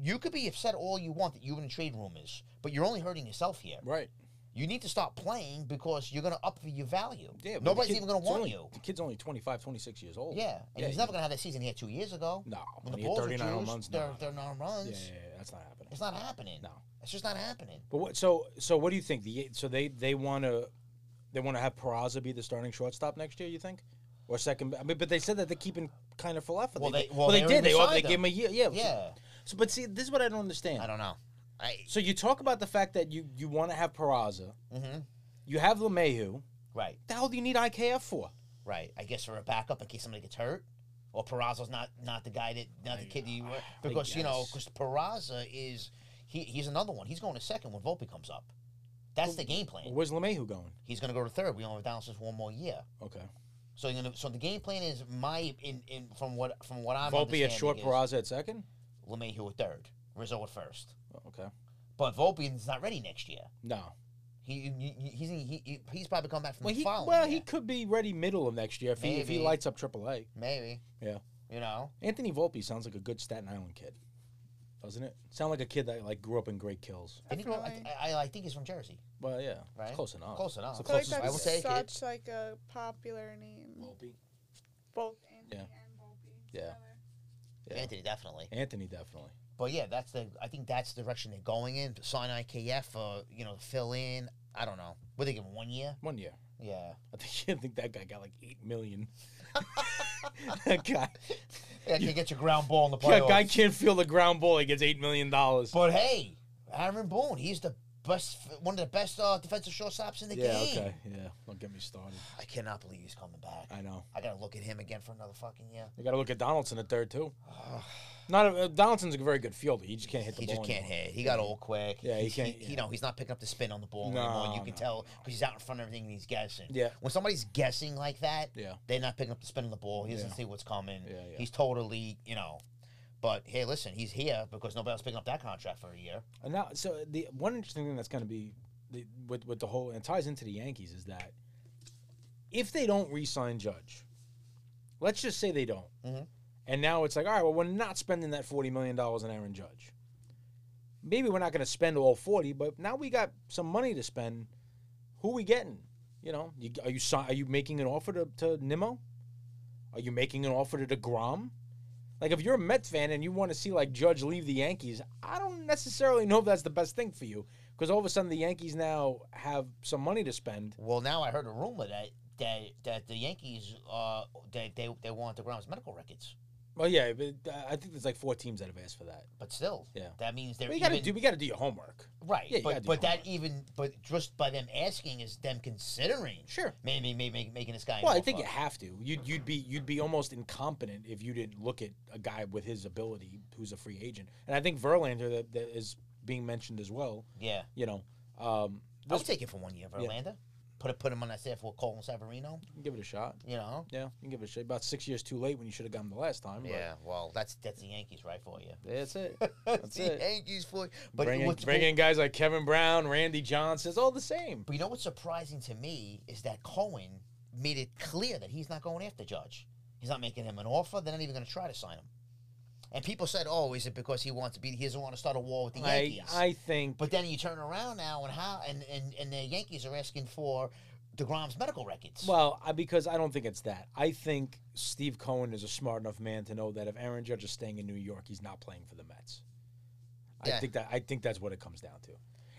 you could be upset all you want that you were in a trade rumors, but you're only hurting yourself here. Right. You need to stop playing because you're going to up your value. Yeah. but the Nobody's kid- even going to it's want only- you. The kid's only 25, 26 years old. Yeah, and Yeah, he's you- never going to have that season he had two years ago. No. when When the you balls hit were 39 home juiced, runs. they're, no. they're nine runs. Yeah, yeah, yeah, that's not happening. It's not happening. No. it's just not happening. But what? So so what do you think? The so they they want to they want to have Peraza be the starting shortstop next year. You think? Or second, I mean, but they said that they're keeping kind of Falefa. Well, they- did- well, they, they did. They, already they signed gave him a year. Yeah. Yeah, So, but see, this is what I don't understand. I don't know. I So you talk about the fact that you you want to have Peraza, mhm. you have LeMahieu. right, The hell do you need IKF for? right. I guess for a backup in case somebody gets hurt. Or Peraza's not not the guy that not the kid that you were because you know guess. because Peraza is he, he's another one. He's going to second when Volpe comes up. That's the game plan. Where's LeMahieu going? He's going to go to third. We only have Donaldson for one more year. Okay. So you're gonna, so the game plan is my in, in from what from what I'm Volpe at short, understanding Peraza at second. is LeMahieu at third, Rizzo at first. Okay. But Volpe is not ready next year. No. He, he he's he, he, he's probably come back from Well, the he following well year. he could be ready middle of next year if he if he Maybe. lights up AAA. maybe Yeah. you know Anthony Volpe sounds like a good Staten Island kid, doesn't it? Sound like a kid that like grew up in Great Kills. I think, I, Definitely. I, I think he's from Jersey. Well, yeah, Right. it's close enough. Close enough. It's the I feel like closest I we will get. that's take it. such like a popular name. Volpe. Both Anthony Yeah. and Volpe. Yeah. together. Yeah. Anthony definitely. Anthony definitely. But yeah, that's the I think that's the direction they're going in. Sign IKF or uh, you know fill in. I don't know. What they give him one year? One year. Yeah. I think I think that guy got like eight million. that guy, Yeah, you get your ground ball in the that playoffs. guy can't feel the ground ball. He gets eight million dollars. But hey, Aaron Boone, he's the best, one of the best uh, defensive shortstops in the yeah, game. okay. Yeah, don't get me started. I cannot believe he's coming back. I know. I gotta look at him again for another fucking year. You got to look at Donaldson at third, too. Not a, uh, Donaldson's a very good fielder. He just can't hit the He ball. just can't anymore. hit. He got old quick. Yeah, he can't- He, yeah. You know, he's not picking up the spin on the ball No, anymore. You can no, tell because he's out in front of everything and he's guessing. Yeah. When somebody's guessing like that, Yeah. they're not picking up the spin on the ball. He doesn't Yeah. see what's coming. Yeah, yeah. He's totally, you know. But hey, listen, he's here because nobody else picking up that contract for a year. And now, so the one interesting thing that's going to be the, with with the whole and it ties into the Yankees is that if they don't re-sign Judge, let's just say they don't, Mhm. and now it's like, all right, well, we're not spending that forty million dollars on Aaron Judge. Maybe we're not going to spend all forty, but now we got some money to spend. Who we getting? You know, you, are you si- are you making an offer to, to Nimmo? Are you making an offer to Degrom? Like if you're a Mets fan and you want to see like Judge leave the Yankees, I don't necessarily know if that's the best thing for you because all of a sudden the Yankees now have some money to spend. Well, now I heard a rumor that that that the Yankees uh they they, they want the Grounds medical records, Well, yeah, but uh, I think there's like four teams that have asked for that. but still, Yeah. that means they're We got to even- do. We got to do your homework. Right, Yeah, you gotta but do but that even but just by them asking is them considering Sure. maybe maybe making this guy. an Well, I think you offer. have to. You'd you'd be you'd be almost incompetent if you didn't look at a guy with his ability who's a free agent. And I think Verlander that, that is being mentioned as well. yeah. You know, um, I this, would take it for one year, Yeah. Verlander. Put it, put him on that staff with Cole and Severino. give it a shot. You know. Yeah, you can give it a shot. About six years too late when you should have gotten the last time. but well, that's that's the Yankees right for you. that's it. That's the it. Yankees for you. But bring, in, what's- bring in guys like Kevin Brown, Randy Johnson. It's all the same. But you know what's surprising to me is that Cohen made it clear that he's not going after Judge. He's not making him an offer. They're not even going to try to sign him. And people said, "Oh, is it because he wants to be? He doesn't want to start a war with the I, Yankees." I think. But then you turn around now and how and, and, and the Yankees are asking for DeGrom's medical records. Well, I, because I don't think it's that. I think Steve Cohen is a smart enough man to know that if Aaron Judge is staying in New York, he's not playing for the Mets. I Yeah. think that I think that's what it comes down to.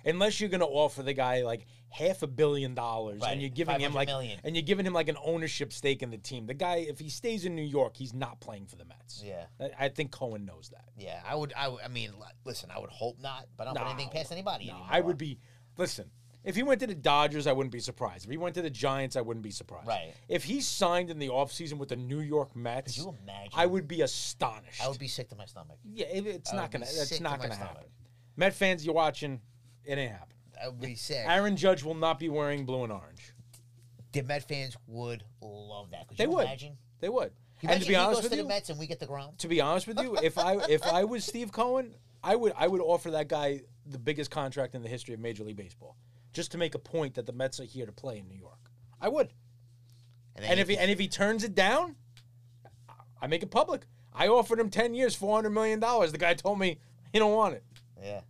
Unless you're going to offer the guy like half a billion dollars Right, and you're giving him 500 like million. and you're giving him like an ownership stake in the team. The guy if he stays in New York, he's not playing for the Mets. Yeah. I, I think Cohen knows that. yeah, I would. I, would- I mean, li- listen, I would hope not, but I don't put anything past anybody. No, anymore. I would be. Listen, if he went to the Dodgers, I wouldn't be surprised. If he went to the Giants, I wouldn't be surprised. Right. If he signed in the offseason with the New York Mets, Could you imagine? I would be astonished. I would be sick to my stomach. yeah, it- it's I not would be gonna. It's sick not to my gonna stomach. happen. Met fans, you're watching. It ain't happening. I would be sick. Aaron Judge will not be wearing blue and orange. the Met fans would love that. Could They you would. Imagine? They would. and to Can you imagine be he honest goes with to you, the Mets and we get the Grom. to be honest with you, if I if I was Steve Cohen, I would I would offer that guy the biggest contract in the history of Major League Baseball, just to make a point that the Mets are here to play in New York. I would. then And if he and if he turns it down, I make it public. I offered him ten years, four hundred million dollars. The guy told me he don't want it. yeah,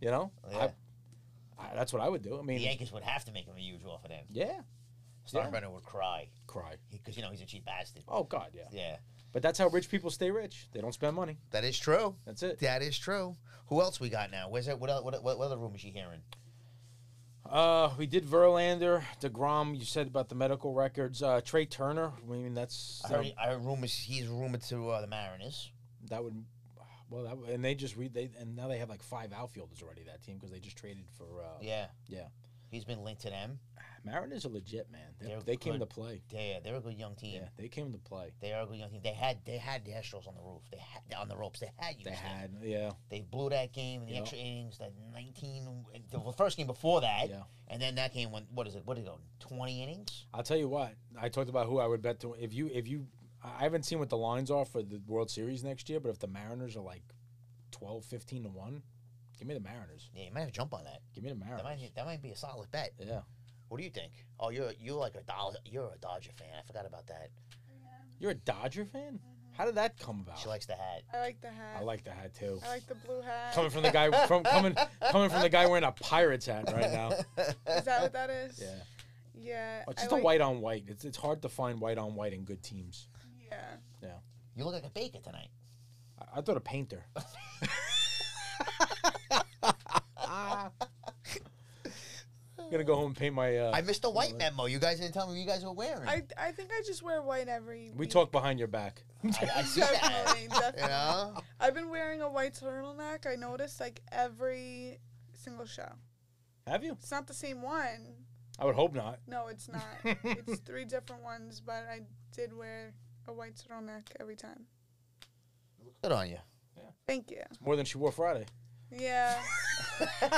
You know, Oh, Yeah. I, I, that's what I would do. I the mean, Yankees would have to make him a huge offer then. yeah, Steinbrenner would cry cry. because you know he's a cheap bastard. Oh God, yeah. Yeah, But that's how rich people stay rich. They don't spend money. that is true. That's it. That is true. Who else we got now? Where's that? What el- what, what, what other room is you hearing? Uh, we did Verlander, Degrom. You said about the medical records. Uh, Trey Turner. I mean, that's I heard, I heard rumors. He's rumored to uh, the Mariners. that would. Well, that, would- and they just read they and now they have like five outfielders already. That team because they just traded for. Uh, Yeah, Yeah. he's been linked to them. Mariners are legit, man. They, They're they came good. to play. They uh, they're a good young team. Yeah, they came to play. They are a good young team. They had they had the Astros on the roof. They had on the ropes. They had you. They had, yeah, They blew that game in the Yep. extra innings. That nineteen, the first game before that, yeah. and then that game went. What is it? What did it go? Twenty innings. I'll tell you what. I talked about who I would bet to. If you, if you, I I haven't seen what the lines are for the World Series next year, but if the Mariners are like 12, 15 to one, give me the Mariners. Yeah, you might have to jump on that. Give me the That Mariners. might that might be a solid bet. Yeah, What do you think? Oh, you're you're like a Dol- you're a Dodger fan. I forgot about that. you're a Dodger fan. How did that come about? She likes the hat. I like the hat. I like the hat too. I like the blue hat. Coming from the guy from coming coming from the guy wearing a Pirates hat right now. Is that what that is? Yeah, Yeah. Oh, it's I just like, a white on white. It's it's hard to find white on white in good teams. Yeah. You look like a baker tonight. I, I thought a painter. I'm gonna go home and paint my. Uh, I missed the white memo. You guys didn't tell me what you guys were wearing. I, I think I just wear white every. we week. talk behind your back. I, I see that. Definitely, You definitely. know. I've been wearing a white turtleneck. I noticed like every single show. Have you? It's not the same one. I would hope not. No, it's not. it's three different ones, but I did wear a white turtleneck every time. Good on you. Thank you. More than she wore Friday. Yeah. How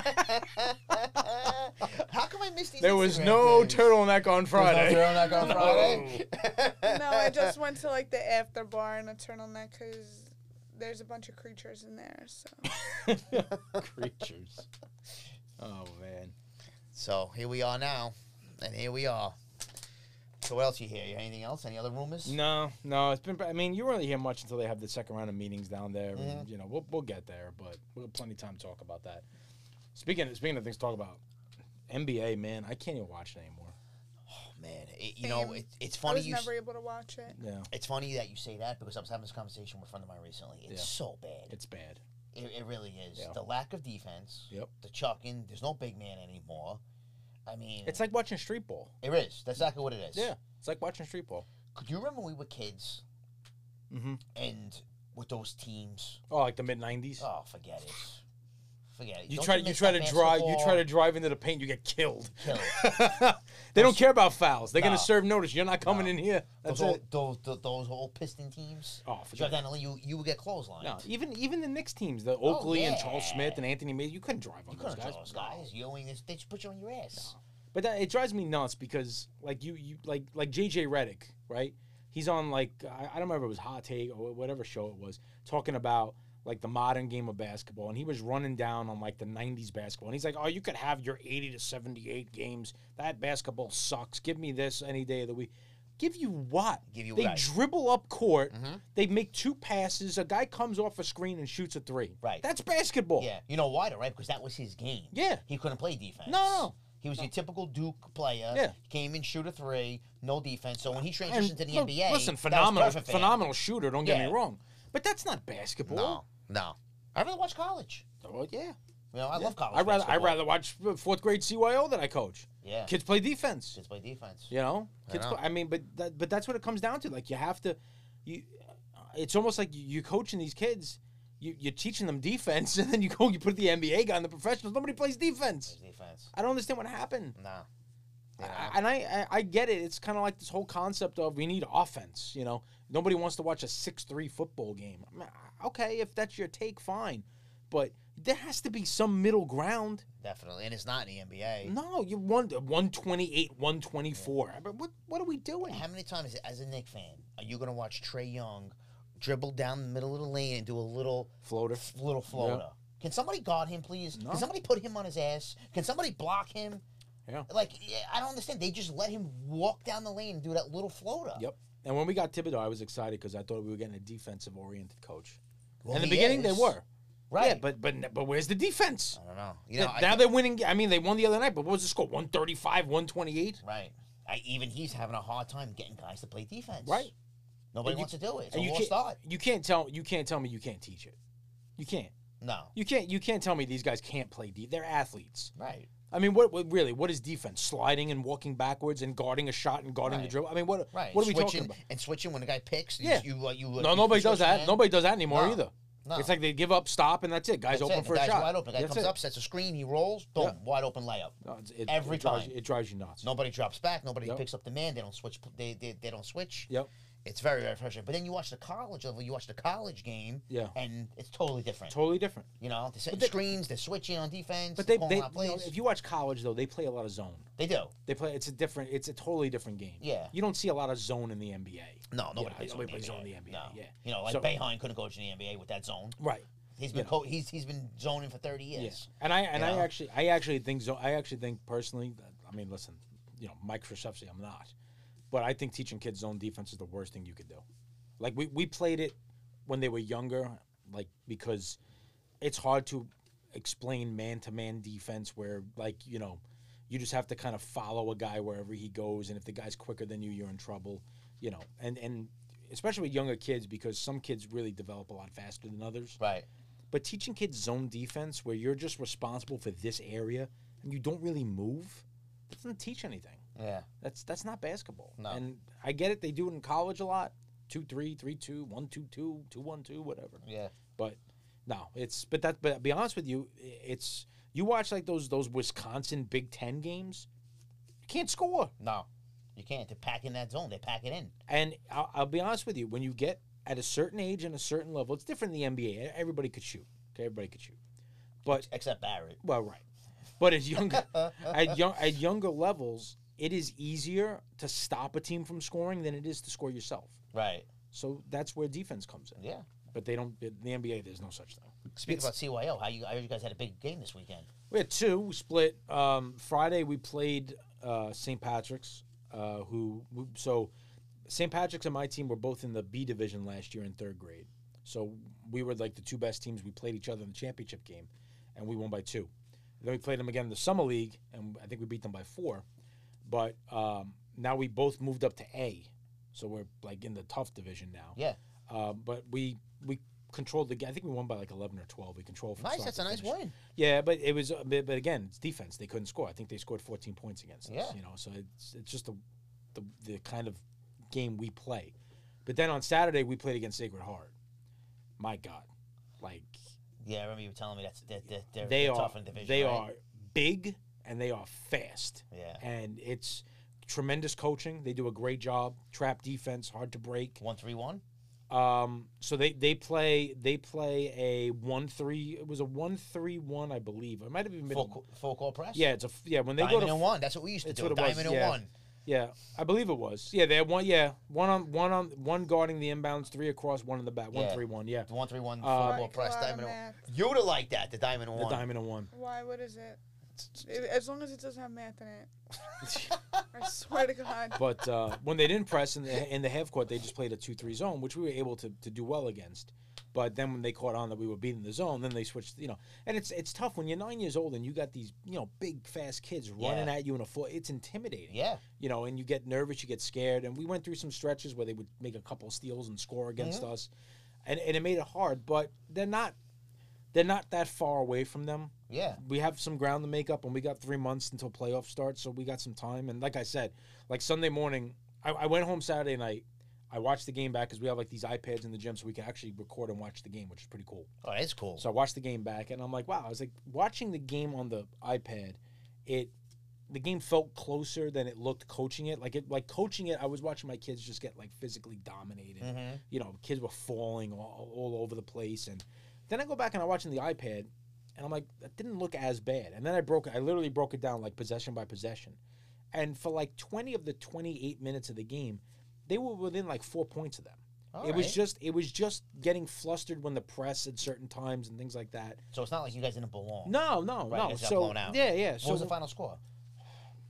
come I missed these? There was Instagram no days? turtleneck on There's no Friday. turtleneck on Friday. no, I just went to like the after bar in a turtleneck because there's a bunch of creatures in there. So Creatures. Oh man. So here we are now, and here we are. So what else you hear? You hear anything else? Any other rumors? No, no, it's been. I mean, you really hear much until they have the second round of meetings down there. And, you know, we'll, we'll get there, but we'll have plenty of time to talk about that. Speaking of, speaking of things to talk about, NBA man, I can't even watch it anymore. Oh, man, it, you know Same. it, it's I funny was you. s- never able to watch it. Yeah, It's funny that you say that because I was having this conversation with a friend of mine recently. It's Yeah. so bad. it's bad. It, it really is. Yeah. The lack of defense. Yep. The chucking. There's no big man anymore. I mean, It's like watching street ball. it is. That's exactly what it is. Yeah, it's like watching street ball. Could you remember when we were kids Mm-hmm. and with those teams? Oh, like the mid nineties. Oh, forget it. Forget it. You Don't try, you miss try to that drive, you try to basketball? drive into the paint, you get killed. Kill it. they don't care about fouls. They're No. gonna serve notice. You're not coming No. in here. That's those, old, it. those those those old Piston teams. Oh, Drive forget down the lane, you you would get clotheslined. No, even even the Knicks teams, the Oakley and Charles Oh, yeah. Smith and Anthony Mays, you couldn't drive on You those couldn't guys. draw those No. guys. You only this they just put you on your ass. But that, it drives me nuts because like you you like like JJ Redick, right? He's on like I, I don't remember if it was Hot Take or whatever show it was talking about like the modern game of basketball and he was running down on like the 90s basketball and he's like oh you could have your 80 to 78 games that basketball sucks give me this any day of the week give you what Give you they what? Mm-hmm. dribble up court they make two passes a guy comes off a screen and shoots a three Right. that's basketball Yeah, you know why though, right? Because that was his game. Yeah. he couldn't play defense. No, no. He was your typical Duke player. Yeah. came and shoot a three, no defense. So when he And transitioned to the look, NBA, Listen, that was phenomenal, perfect for him. phenomenal shooter. Don't get Yeah. me wrong, but that's not basketball. No, no. I'd rather watch college. Well, yeah, You know, I love college. I rather I basketball. rather watch fourth grade CYO that I coach. Yeah. Kids play defense. just play defense. You know, kids. know. Play, I mean, but that, but that's what it comes down to. Like you have to, you. It's almost like you- you're coaching these kids. You, you're teaching them defense, and then you go you put the NBA guy in the professionals. Nobody plays defense. Just defense. I don't understand what happened. Nah. You know? I, and I, I I get it. It's kind of like this whole concept of we need offense. You know, nobody wants to watch a six three football game. I mean, okay, if that's your take, fine, but there has to be some middle ground. Definitely, and it's not in the NBA. No, you want one twenty eight, one twenty four. But what what are we doing? How many times, as a Knicks fan, are you going to watch Trey Young dribble down the middle of the lane and do a little Floater. little floater? Can somebody guard him, please? No. Can somebody put him on his ass? Can somebody block him? Yeah. Like yeah, I don't understand. They just let him walk down the lane and do that little floater. Yep. And when we got Thibodeau, I was excited because I thought we were getting a defensive oriented coach. Well, In the he beginning, they is. were. Right. Yeah, but but but where's the defense? I don't know. You know. I, now they're winning. I mean, they won the other night, but what was the score? One thirty five, one twenty eight. right. I, even he's having a hard time getting guys to play defense. Right. Nobody And you- wants to do it. It's a And you lost can't, art. you can't tell you can't tell me you can't teach it. You can't. No. You can't you can't tell me these guys can't play D. They're athletes. Right. I mean, what, what really? What is defense? Sliding and walking backwards and guarding a shot and guarding the Right. dribble. I mean, what Right. what are we switching, talking about? And switching when the guy picks. Yeah. You, you, uh, you, uh, No, you nobody does switch that. man. Nobody does that anymore No. either. No. It's like they give up, stop, and that's it. Guys That's open it. for the a guy's shot. wide open. The guy That's comes it. up, sets a screen, he rolls, boom, Yeah. wide open layup. No, it's- it- Every it drives, time. you- it drives you nuts. Nobody drops back. Nobody Yep. picks up the man. They don't switch. They, they they don't switch. Yep. It's very very frustrating. But then you watch the college level. You watch the college game. Yeah. And it's totally different. Totally different. you know, they're setting they- screens. They're switching on defense. But they, calling they out you know, plays. if you watch college though, they play a lot of zone. they do. They play. It's a different. It's a totally different game. Yeah. You don't see a lot of zone in the NBA. No, nobody Yeah, plays nobody plays zone on the NBA. NBA, No. yeah. You know, like So- Boeheim couldn't coach in the NBA with that zone. Right. He's been Yeah. co- he's he's been zoning for thirty years. Yes. And I and I know? actually I actually think so. I actually think personally. That, I mean, listen, you know, Mike Krzyzewski, I'm not, but I think teaching kids zone defense is the worst thing you could do. Like we we played it when they were younger, like because it's hard to explain man to man defense where like you know you just have to kind of follow a guy wherever he goes and if the guy's quicker than you you're in trouble you know and and especially with younger kids because some kids really develop a lot faster than others Right. but teaching kids zone defense where you're just responsible for this area and you don't really move, that doesn't teach anything. Yeah. That's that's not basketball. No. And I get it, they do it in college a lot. Two three, three two, one two two, two one two, whatever. Yeah. But No, it's but that but to be honest with you, i- it's you watch like those those Wisconsin Big Ten games, you can't score. No, you can't. They're packing that zone. They pack it in. And I'll, I'll be honest with you, when you get at a certain age and a certain level, it's different in the NBA. Everybody could shoot. Okay, everybody could shoot. But Except Barrett. well, right. But at younger at young at younger levels, it is easier to stop a team from scoring than it is to score yourself. Right. So that's where defense comes in. Yeah. But they don't. In the NBA, there's no such thing. Speaking about CYO, how you? I heard you guys had a big game this weekend. We had two. We split. Um, Friday we played uh, St. Patrick's, uh, who who- so St. Patrick's and my team were both in the B division last year in third grade. So we were like the two best teams. We played each other in the championship game, and we won by two. Then we played them again in the summer league, and I think we beat them by four. But um, now we both moved up to A, so we're like in the tough division now. Yeah. Uh, but we we controlled the game. I think we won by like eleven or twelve. We controlled. from Nice. start That's to a nice finish. win. Yeah, but it was, but, but again, it's defense. They couldn't score. I think they scored 14 points against us. Yeah. You know, so it's it's just the, the the kind of game we play. But then on Saturday we played against Sacred Heart. My God, like Yeah, I remember you were telling me that's they're, they're, they're, they they're are tough in division. they right? are big and they are fast Yeah. and it's tremendous coaching. They do a great job. Trap defense, hard to break. One three one. Um, so they they play they play a one three. It was a one three one, I believe. It might have even been Full, a- co- full court press. yeah, it's a f- yeah. When they Diamond go to and one. That's what we used to That's do. what it was, Diamond and yeah. one. yeah, I believe it was yeah. They had one yeah one on one on one guarding the inbounds, three across, one in the back, one Yeah. three one yeah. The one three one full Uh, court press. Like, Diamond and one. math. You would have liked that. The diamond and The one. diamond and one. Why? What is it? It- As long as it doesn't have math in it. I swear to God. But uh, when they didn't press in the in the half court, they just played a two three zone, which we were able to, to do well against. But then when they caught on that we were beating the zone, then they switched. You know, and it's it's tough when you're nine years old and you got these you know big fast kids running Yeah. at you in a foot. It's intimidating. Yeah. you know, and you get nervous, you get scared. And we went through some stretches where they would make a couple steals and score against us, and, and it made it hard. But they're not, they're not that far away from them. Yeah. We have some ground to make up, and we got three months until playoff starts, so we got some time. And like I said, like Sunday morning, I, I went home Saturday night. I watched the game back because we have like these iPads in the gym, so we can actually record and watch the game, which is pretty cool. Oh, that's cool. So I watched the game back, and I'm like, wow. I was like watching the game on the iPad. It, the game felt closer than it looked coaching it. Like it, like coaching it, I was watching my kids just get like physically dominated. Mhm. You know, kids were falling all, all over the place, and then I go back and I watch on the iPad, and I'm like, that didn't look as bad. And then I broke, I literally broke it down like possession by possession, and for like 20 of the 28 minutes of the game, they were within like four points of them. All it was right. just it was just getting flustered when the press at certain times and things like that. So it's not like you guys didn't belong. No, no, Right, it no. just got So blown out. yeah, yeah. What was the So final score?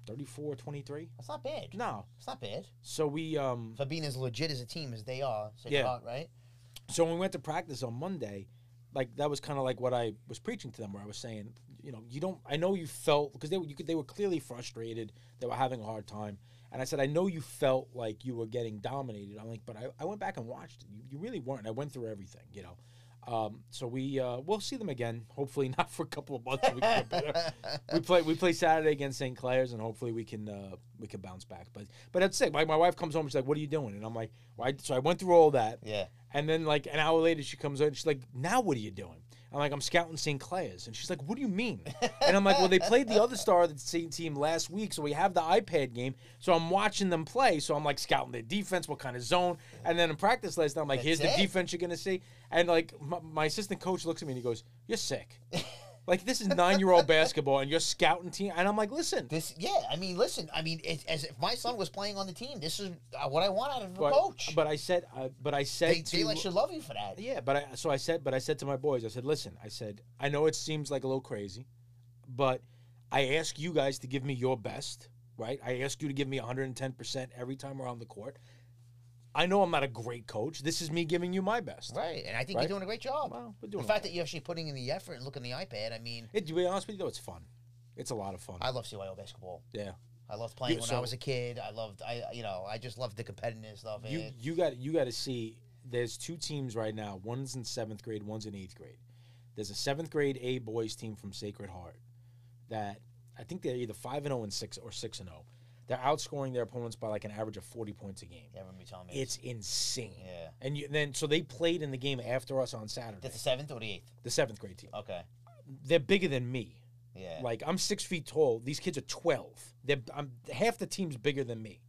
34-23? That's not bad. No. It's not bad. So we um For being as legit as a team as they are, so Yeah. yeah. right? so when we went to practice on Monday, like that was kind of like what I was preaching to them, where I was saying, you know, you don't. I know you felt because they were you could, they were clearly frustrated. They were having a hard time, and I said, I know you felt like you were getting dominated. I'm like, but I, I went back and watched. it. You, you really weren't. I went through everything, you know. Um, so we uh, we'll see them again. Hopefully not for a couple of months. We, can get better. we play we play Saturday against St. Clair's, and hopefully we can uh, we can bounce back. But but that's it. My, my wife comes home. She's like, "What are you doing?" And I'm like, "Why?" so I went through all that. Yeah. And then like an hour later, she comes out and she's like, "Now what are you doing?" I'm like, "I'm scouting St. Clair's," and she's like, "What do you mean?" And I'm like, "Well, they played the other star of the same team last week, so we have the iPad game. So I'm watching them play. So I'm like scouting their defense, what kind of zone, and then in practice last night, I'm like, That's "Here's the it. defense you're gonna see." And like my, my assistant coach looks at me and he goes, "You're sick." Like this is nine year old basketball, and you're scouting team, and I'm like, listen, This, yeah. I mean, listen. I mean, it's as if my son was playing on the team. This is uh, what I want out of a but, coach. but I said, uh, but I said they, to they like should love you for that. Yeah, but I so I said, but I said to my boys, I said, listen, I said, I know it seems like a little crazy, but I ask you guys to give me your best, right? I ask you to give me 110% every time we're on the court. I know I'm not a great coach. This is me giving you my best. Right. And I think Right. you're doing a great job. Well, we're doing the fact okay. that you're actually putting in the effort and looking at the iPad. I mean, It, to be honest with you, though, it's fun. It's a lot of fun. I love CYO basketball. yeah. I loved playing You- when so- I was a kid. I loved, I you know, I just loved the competitiveness of it. You you got you got to see. There's two teams right now. One's in seventh grade. One's in eighth grade. There's a seventh grade A boys team from Sacred Heart that I think they're either five and zero and six oh or six and zero. They're outscoring their opponents by like an average of 40 points a game. Yeah, remember you telling me? It's insane. Yeah. And you, then so they played in the game after us on Saturday, That's the seventh or the eighth. the seventh grade team. Okay. They're bigger than me. Yeah. Like I'm six feet tall. These kids are twelve. They're I'm half the team's bigger than me,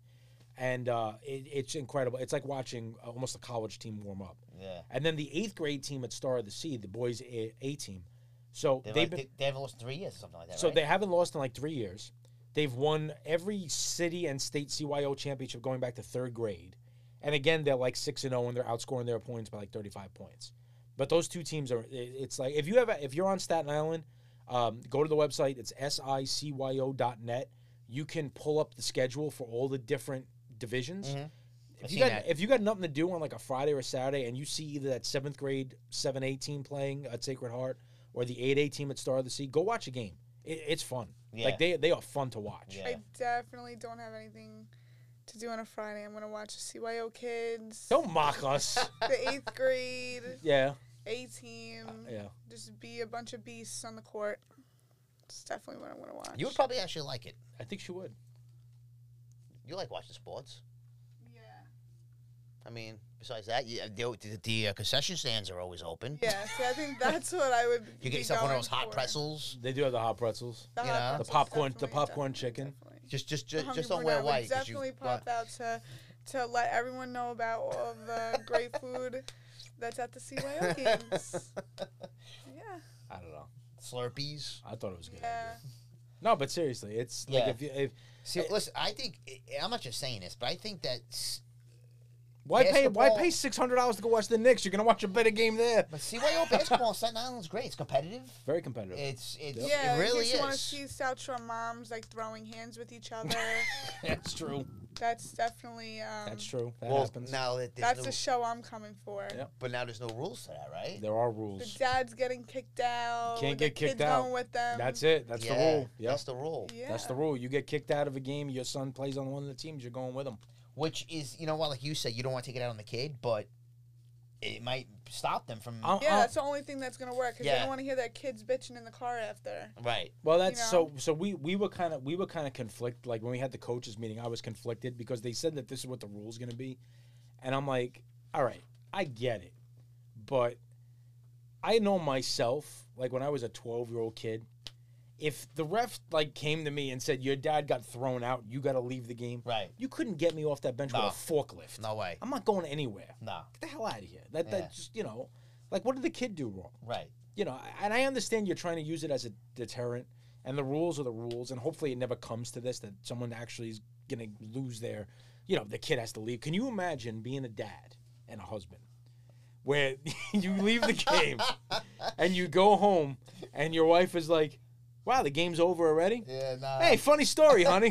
and uh, it, it's incredible. It's like watching uh, almost a college team warm up. yeah. And then the eighth grade team at Star of the Sea, the boys A, A team. So They're they've like, been they, they haven't lost in three years or something like that. so right? they haven't lost in like three years. They've won every city and state CYO championship going back to third grade. And again, they're like six and zero, and they're outscoring their opponents by like thirty five points. But those two teams are. it- It's like if you have a- if you're on Staten Island, um, go to the website. It's sicyo.net. You can pull up the schedule for all the different divisions. Mhm. If I've you seen got that. if you got nothing to do on like a Friday or Saturday, and you see either that seventh grade seven A team playing at Sacred Heart or the eight A team at Star of the Sea, go watch a game. It, it's fun. Yeah. Like they they are fun to watch. Yeah. I definitely don't have anything to do on a Friday. I'm gonna watch CYO kids, Don't mock us. the eighth grade, yeah, A team. Uh, yeah. Just be a bunch of beasts on the court. It's definitely what I'm gonna watch. You would probably actually like it. I think she would. You like watching sports. yeah. I mean, besides that, yeah, the, the, the uh, concession stands are always open. Yeah. See, I think that's what I would. You be get yourself one of going those hot for. pretzels. They do have the hot pretzels. The, you hot know? The pretzels, popcorn- the definitely, popcorn definitely, chicken. definitely. Just, just, The just, Hungry just don't wear Brunette would white. 'cause you- Definitely pop out to to let everyone know about all of the great food that's at the CYO games. Yeah. I don't know. Slurpees. I thought it was a good. Yeah. idea. No, but seriously, it's like Yeah. if you if See, listen, I think eh, I'm not just saying this, but I think that. s- why pay why Basketball. pay six hundred dollars to go watch the Knicks? You're gonna watch a better game there. But CYO basketball on Staten Island's great. It's competitive. Very competitive. It's it's Yeah, it really in case you want to is. see South Shore moms like throwing hands with each other. That's true. that's definitely um, That's true. That well, happens. now that there's That's no, the show I'm coming for. Yep. but now there's no rules to that, right? There are The rules. dad's getting kicked out. Can't the get kicked kids out. Going with them. That's it. That's the Yeah, rule. Yep. That's the rule. Yeah. That's the rule. You get kicked out of a game. Your son plays on one of the teams. You're going with him. Which is, you know what, like you said, you don't want to take it out on the kid, but it might stop them from I'm- Yeah, I'm- that's the only thing that's gonna work because they Yeah. don't want to hear their kids bitching in the car after. right. well, that's know? so. So we we were kind of we were kind of conflict. Like when we had the coaches meeting, I was conflicted because they said that this is what the rule's going to be, and I'm like, all right, I get it, but I know myself. Like when I was a 12 year old kid, if the ref like came to me and said your dad got thrown out, you got to leave the game. Right. You couldn't get me off that bench No. with a forklift. No way. I'm not going anywhere. No. get the hell out of here. That Yeah. that just you know, like what did the kid do wrong? Right. You know, and I understand you're trying to use it as a deterrent, and the rules are the rules, and hopefully it never comes to this that someone actually is gonna lose their, you know, the kid has to leave. Can you imagine being a dad and a husband? Where you leave the game and you go home, and your wife is like, "Wow, the game's over already." Yeah, no. Hey, funny story, honey.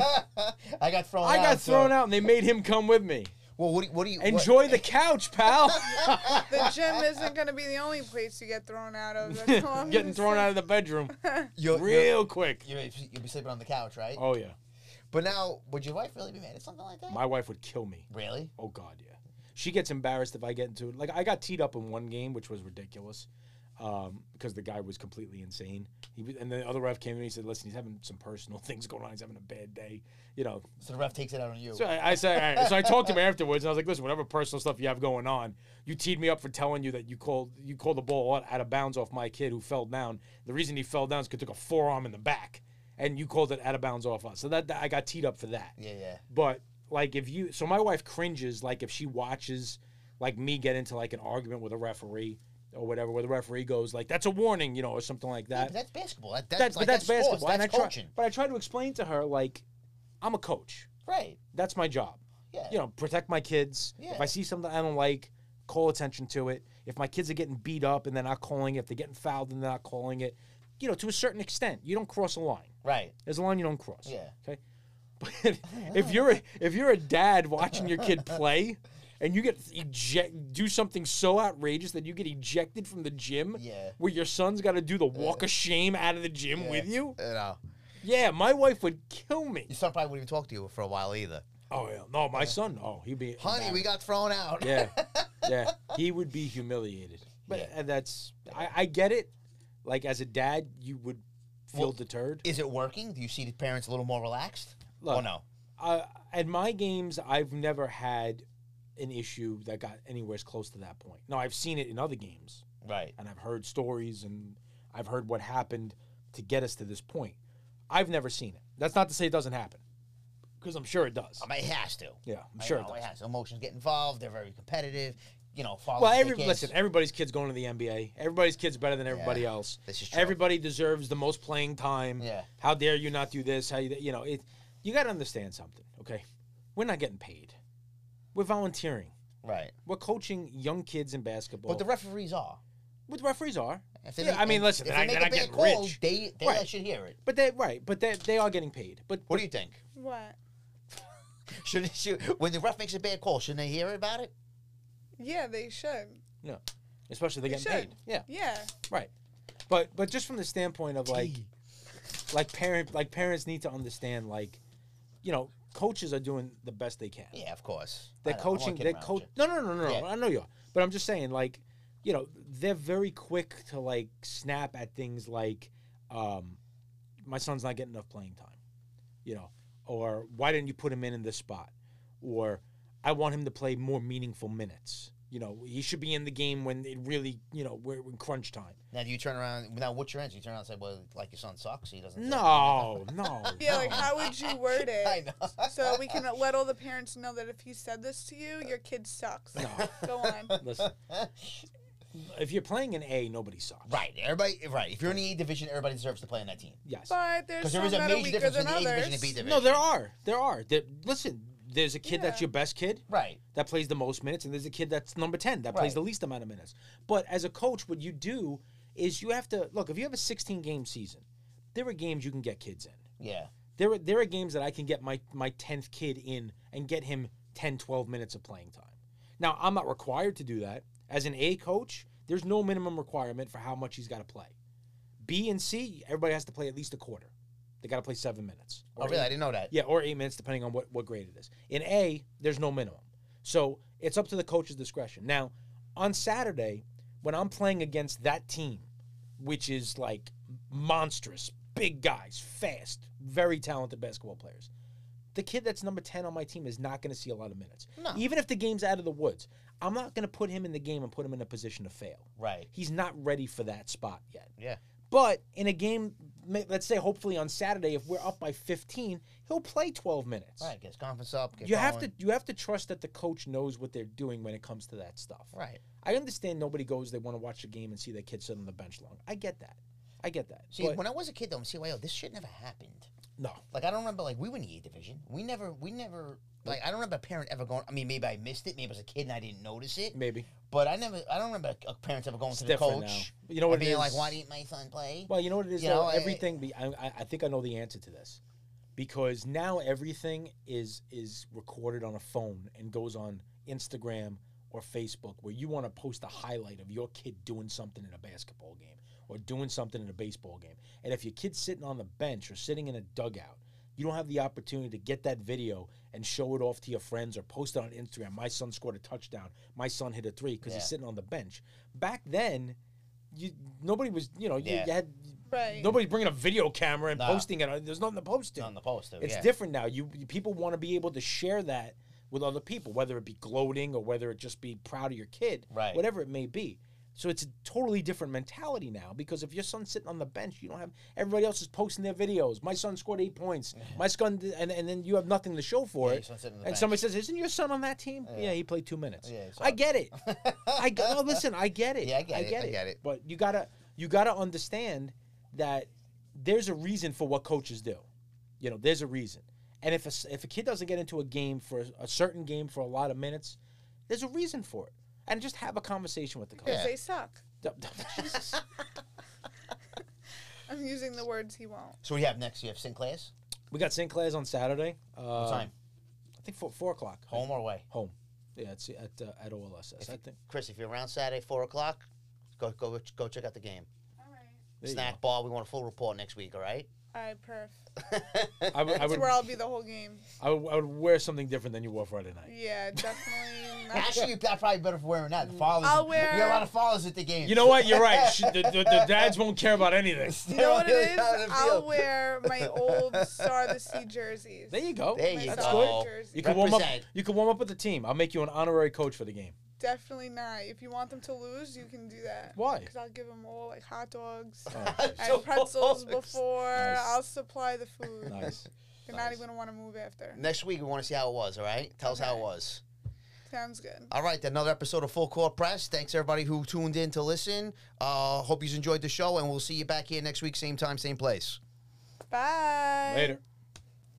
I got thrown I out. got so- thrown out, and they made him come with me. Well, what do you, what do you what- Enjoy the couch, pal. The gym isn't gonna be the only place you get thrown out of. That's all I'm Getting gonna thrown say. out of the bedroom. you're, real quick. You're, you're, you'll be sleeping on the couch, right? Oh yeah, But now, would your wife really be mad at something like that? my wife would kill me. really? Oh god, yeah. She gets embarrassed if I get into it. Like I got teed up in one game, which was ridiculous, um, because the guy was completely insane. He was, and the other ref came in and he said, "Listen, he's having some personal things going on. He's having a bad day, you know." So the ref takes it out on you. So I, I said, all right. so I talked to him afterwards, and I was like, "Listen, whatever personal stuff you have going on, you teed me up for telling you that you called you called the ball out, out of bounds off my kid who fell down. The reason he fell down is because took a forearm in the back, and you called it out of bounds off us. So that, that I got teed up for that. yeah, yeah. But like if you so my wife cringes like if she watches like me get into like an argument with a referee or whatever where the referee goes like that's a warning, you know, or something like Yeah, that. but that's basketball. That, that's, that's like, but that's, sports, basketball. and I That's try, coaching. but I try to explain to her like I'm a coach. Right. That's my job. Yeah. You know, protect my kids. If Yeah. I see something I don't like, call attention to it. If my kids are getting beat up and they're not calling it, if they're getting fouled and they're not calling it, you know, to a certain extent, you don't cross a line. Right. There's a line you don't cross. Yeah. Okay. But if you're a, if you're a dad watching your kid play, and you get eject do something so outrageous that you get ejected from the gym, Yeah. where your son's got to do the walk of shame out of the gym with you, You know. yeah, my wife would kill me. Your son probably wouldn't even talk to you for a while either. Oh yeah, no, my son, oh he'd be Honey, we embarrassed. got thrown out. yeah, yeah, he would be humiliated. But Yeah. and that's I, I get it. Like as a dad, you would feel Well, deterred. Is it working? Do you see the parents a little more relaxed? Look, oh no. uh, at my games, I've never had an issue that got anywhere as close to that point. Now, I've seen it in other games, Right. and I've heard stories, and I've heard what happened to get us to this point. I've never seen it. That's not to say it doesn't happen, because I'm sure it does. I mean, it has to. yeah, I'm I sure it know, does. it has. Emotions get involved. They're very competitive. You know, follow Well, their every, kids. listen, everybody's kid's going to the NBA. Everybody's kid's better than everybody Yeah, else. this is true. Everybody deserves the most playing time. Yeah. How dare you not do this? How you you know it? You got to understand something. Okay, we're not getting paid. We're volunteering. Right. We're coaching young kids in basketball. But the referees are. what the referees are. If Yeah, I mean, and listen, if they're they not- make they're a not bad getting call, rich. They, they Right. should hear it. But they right. But they they are getting paid. But What do you think? What? Should, should when the ref makes a bad call, shouldn't they hear about it? Yeah, they should. no, especially they're They getting should. paid. Yeah. Yeah. Right. But but just from the standpoint of like like parent like parents need to understand like you know coaches are doing the best they can. Yeah, of course. They're I know, I won't coaching. kid They're around coach. you. No, no, no, no, no. Yeah. I know you are, but I'm just saying, like, you know, they're very quick to like snap at things like, um, my son's not getting enough playing time, you know, or why didn't you put him in in this spot, or I want him to play more meaningful minutes. You know, he should be in the game when it really, you know, we're in crunch time. Now, do you turn around? Now, what's your answer? You turn around and say, "Well, like your son sucks. He doesn't." do it." No, no. Yeah, no. like how would you word I it know. so that we can let all the parents know that if he said this to you, your kid sucks. No. Go on. Listen, if you're playing in A, nobody sucks. Right. Everybody. Right. If you're in the A division, everybody deserves to play on that team. Yes. But Because there's there some is a that are major weaker difference than between the A division and others. B division. No, there are. There are. There, listen, there's a kid that's Yeah. your best kid Right. that plays the most minutes, and there's a kid that's number 10 that plays Right. the least amount of minutes. But as a coach, what you do is you have to look, if you have a 16 game season, there are games you can get kids in. Yeah. There are, there are games that I can get my, my 10th kid in and get him 10, 12 minutes of playing time. Now, I'm not required to do that. As an A coach, there's no minimum requirement for how much he's got to play. B and C, everybody has to play at least a quarter. They got to play seven minutes. or Oh, eight really? I didn't know that. yeah, or eight minutes, depending on what, what grade it is. In A, there's no minimum. So it's up to the coach's discretion. Now, on Saturday, when I'm playing against that team, which is like monstrous, big guys, fast, very talented basketball players, the kid that's number 10 on my team is not going to see a lot of minutes. No. Even if the game's out of the woods, I'm not going to put him in the game and put him in a position to fail. Right. He's not ready for that spot yet. Yeah. But in a game, ma- let's say hopefully on Saturday, if we're up by 15, he'll play 12 minutes. Right. Gets conference up. Get You have to going. you have to trust that the coach knows what they're doing when it comes to that stuff. Right. I understand nobody goes they want to watch the game and see their kid sit on the bench long. I get that. I get that. See, But when I was a kid, though, in CYO, this shit never happened. no, Like I don't remember like we were in the A division. We never we never like I don't remember a parent ever going I mean maybe I missed it, maybe I was a kid and I didn't notice it. maybe. But I never I don't remember a parent ever going to the different coach. now. You know what and it being like, is? Why didn't my son play? Well, you know what it is You though. know, I- everything. be- I, I, I think I know the answer to this, because now everything is is recorded on a phone and goes on Instagram or Facebook, where you want to post a highlight of your kid doing something in a basketball game or doing something in a baseball game. And if your kid's sitting on the bench or sitting in a dugout, you don't have the opportunity to get that video and show it off to your friends or post it on Instagram. My son scored a touchdown. My son hit a three because Yeah. he's sitting on the bench. Back then, you nobody was you know you, Yeah. you had Right. nobody's bringing a video camera and Nah. posting it. There's nothing to post it. on the poster. it's yeah. different now. You you- people want to be able to share that with other people, whether it be gloating or whether it just be proud of your kid, Right. whatever it may be. So it's a totally different mentality now because if your son's sitting on the bench, you don't have everybody else is posting their videos. My son scored eight points. My son, did- and, and then you have nothing to show for Yeah, your it. son's sitting on And the bench. somebody says, "Isn't your son on that team?" Yeah, he played two minutes. Yeah, he's I on. get it. I g- no, listen, I get it. Yeah, I get it, I get it. But you gotta you gotta understand that there's a reason for what coaches do. You know, there's a reason. And if a, s- if a kid doesn't get into a game for a, a certain game for a lot of minutes, there's a reason for it. And just have a conversation with the coach. Yeah. They suck. D- d- Jesus. I'm using the words he won't. So we have next you have Sinclair's? we got St. Clair's on Saturday. Uh, What time? I think four, four o'clock. Home or away? Home. Yeah, it's at uh, at OLSS. I think. Chris, if you're around Saturday, four o'clock, go go go check out the game. All right. There you Snack bar, we want a full report next week, all right? All right, perf. go. I would I That's would, where I'll be the whole game. I would I would wear something different than you wore Friday night. Yeah, definitely wearing that. Actually, you're probably better for wearing that. The Followers, I'll You got wear- a lot of followers at the game. Mm. You know what? You're right. She, the, the, the dads won't care about anything. You know what it is? I'll wear my old Star of the Sea jerseys. There you go. There my you Star go. Jersey. You can warm up. Represent. You can warm up with the team. I'll make you an honorary coach for the game. Definitely not. If you want them to lose, you can do that. Why? Oh. Because I'll give them all like hot dogs So and pretzels close. before. Nice. I'll supply the food. Nice. You're not Nice. even gonna want to move after. Next week, we want to see how it was, all right? Tell us how it Okay. was. Sounds good. All right, another episode of Full Court Press. Thanks, everybody who tuned in to listen. Uh, hope you enjoyed the show, and we'll see you back here next week, same time, same place. Bye. Later.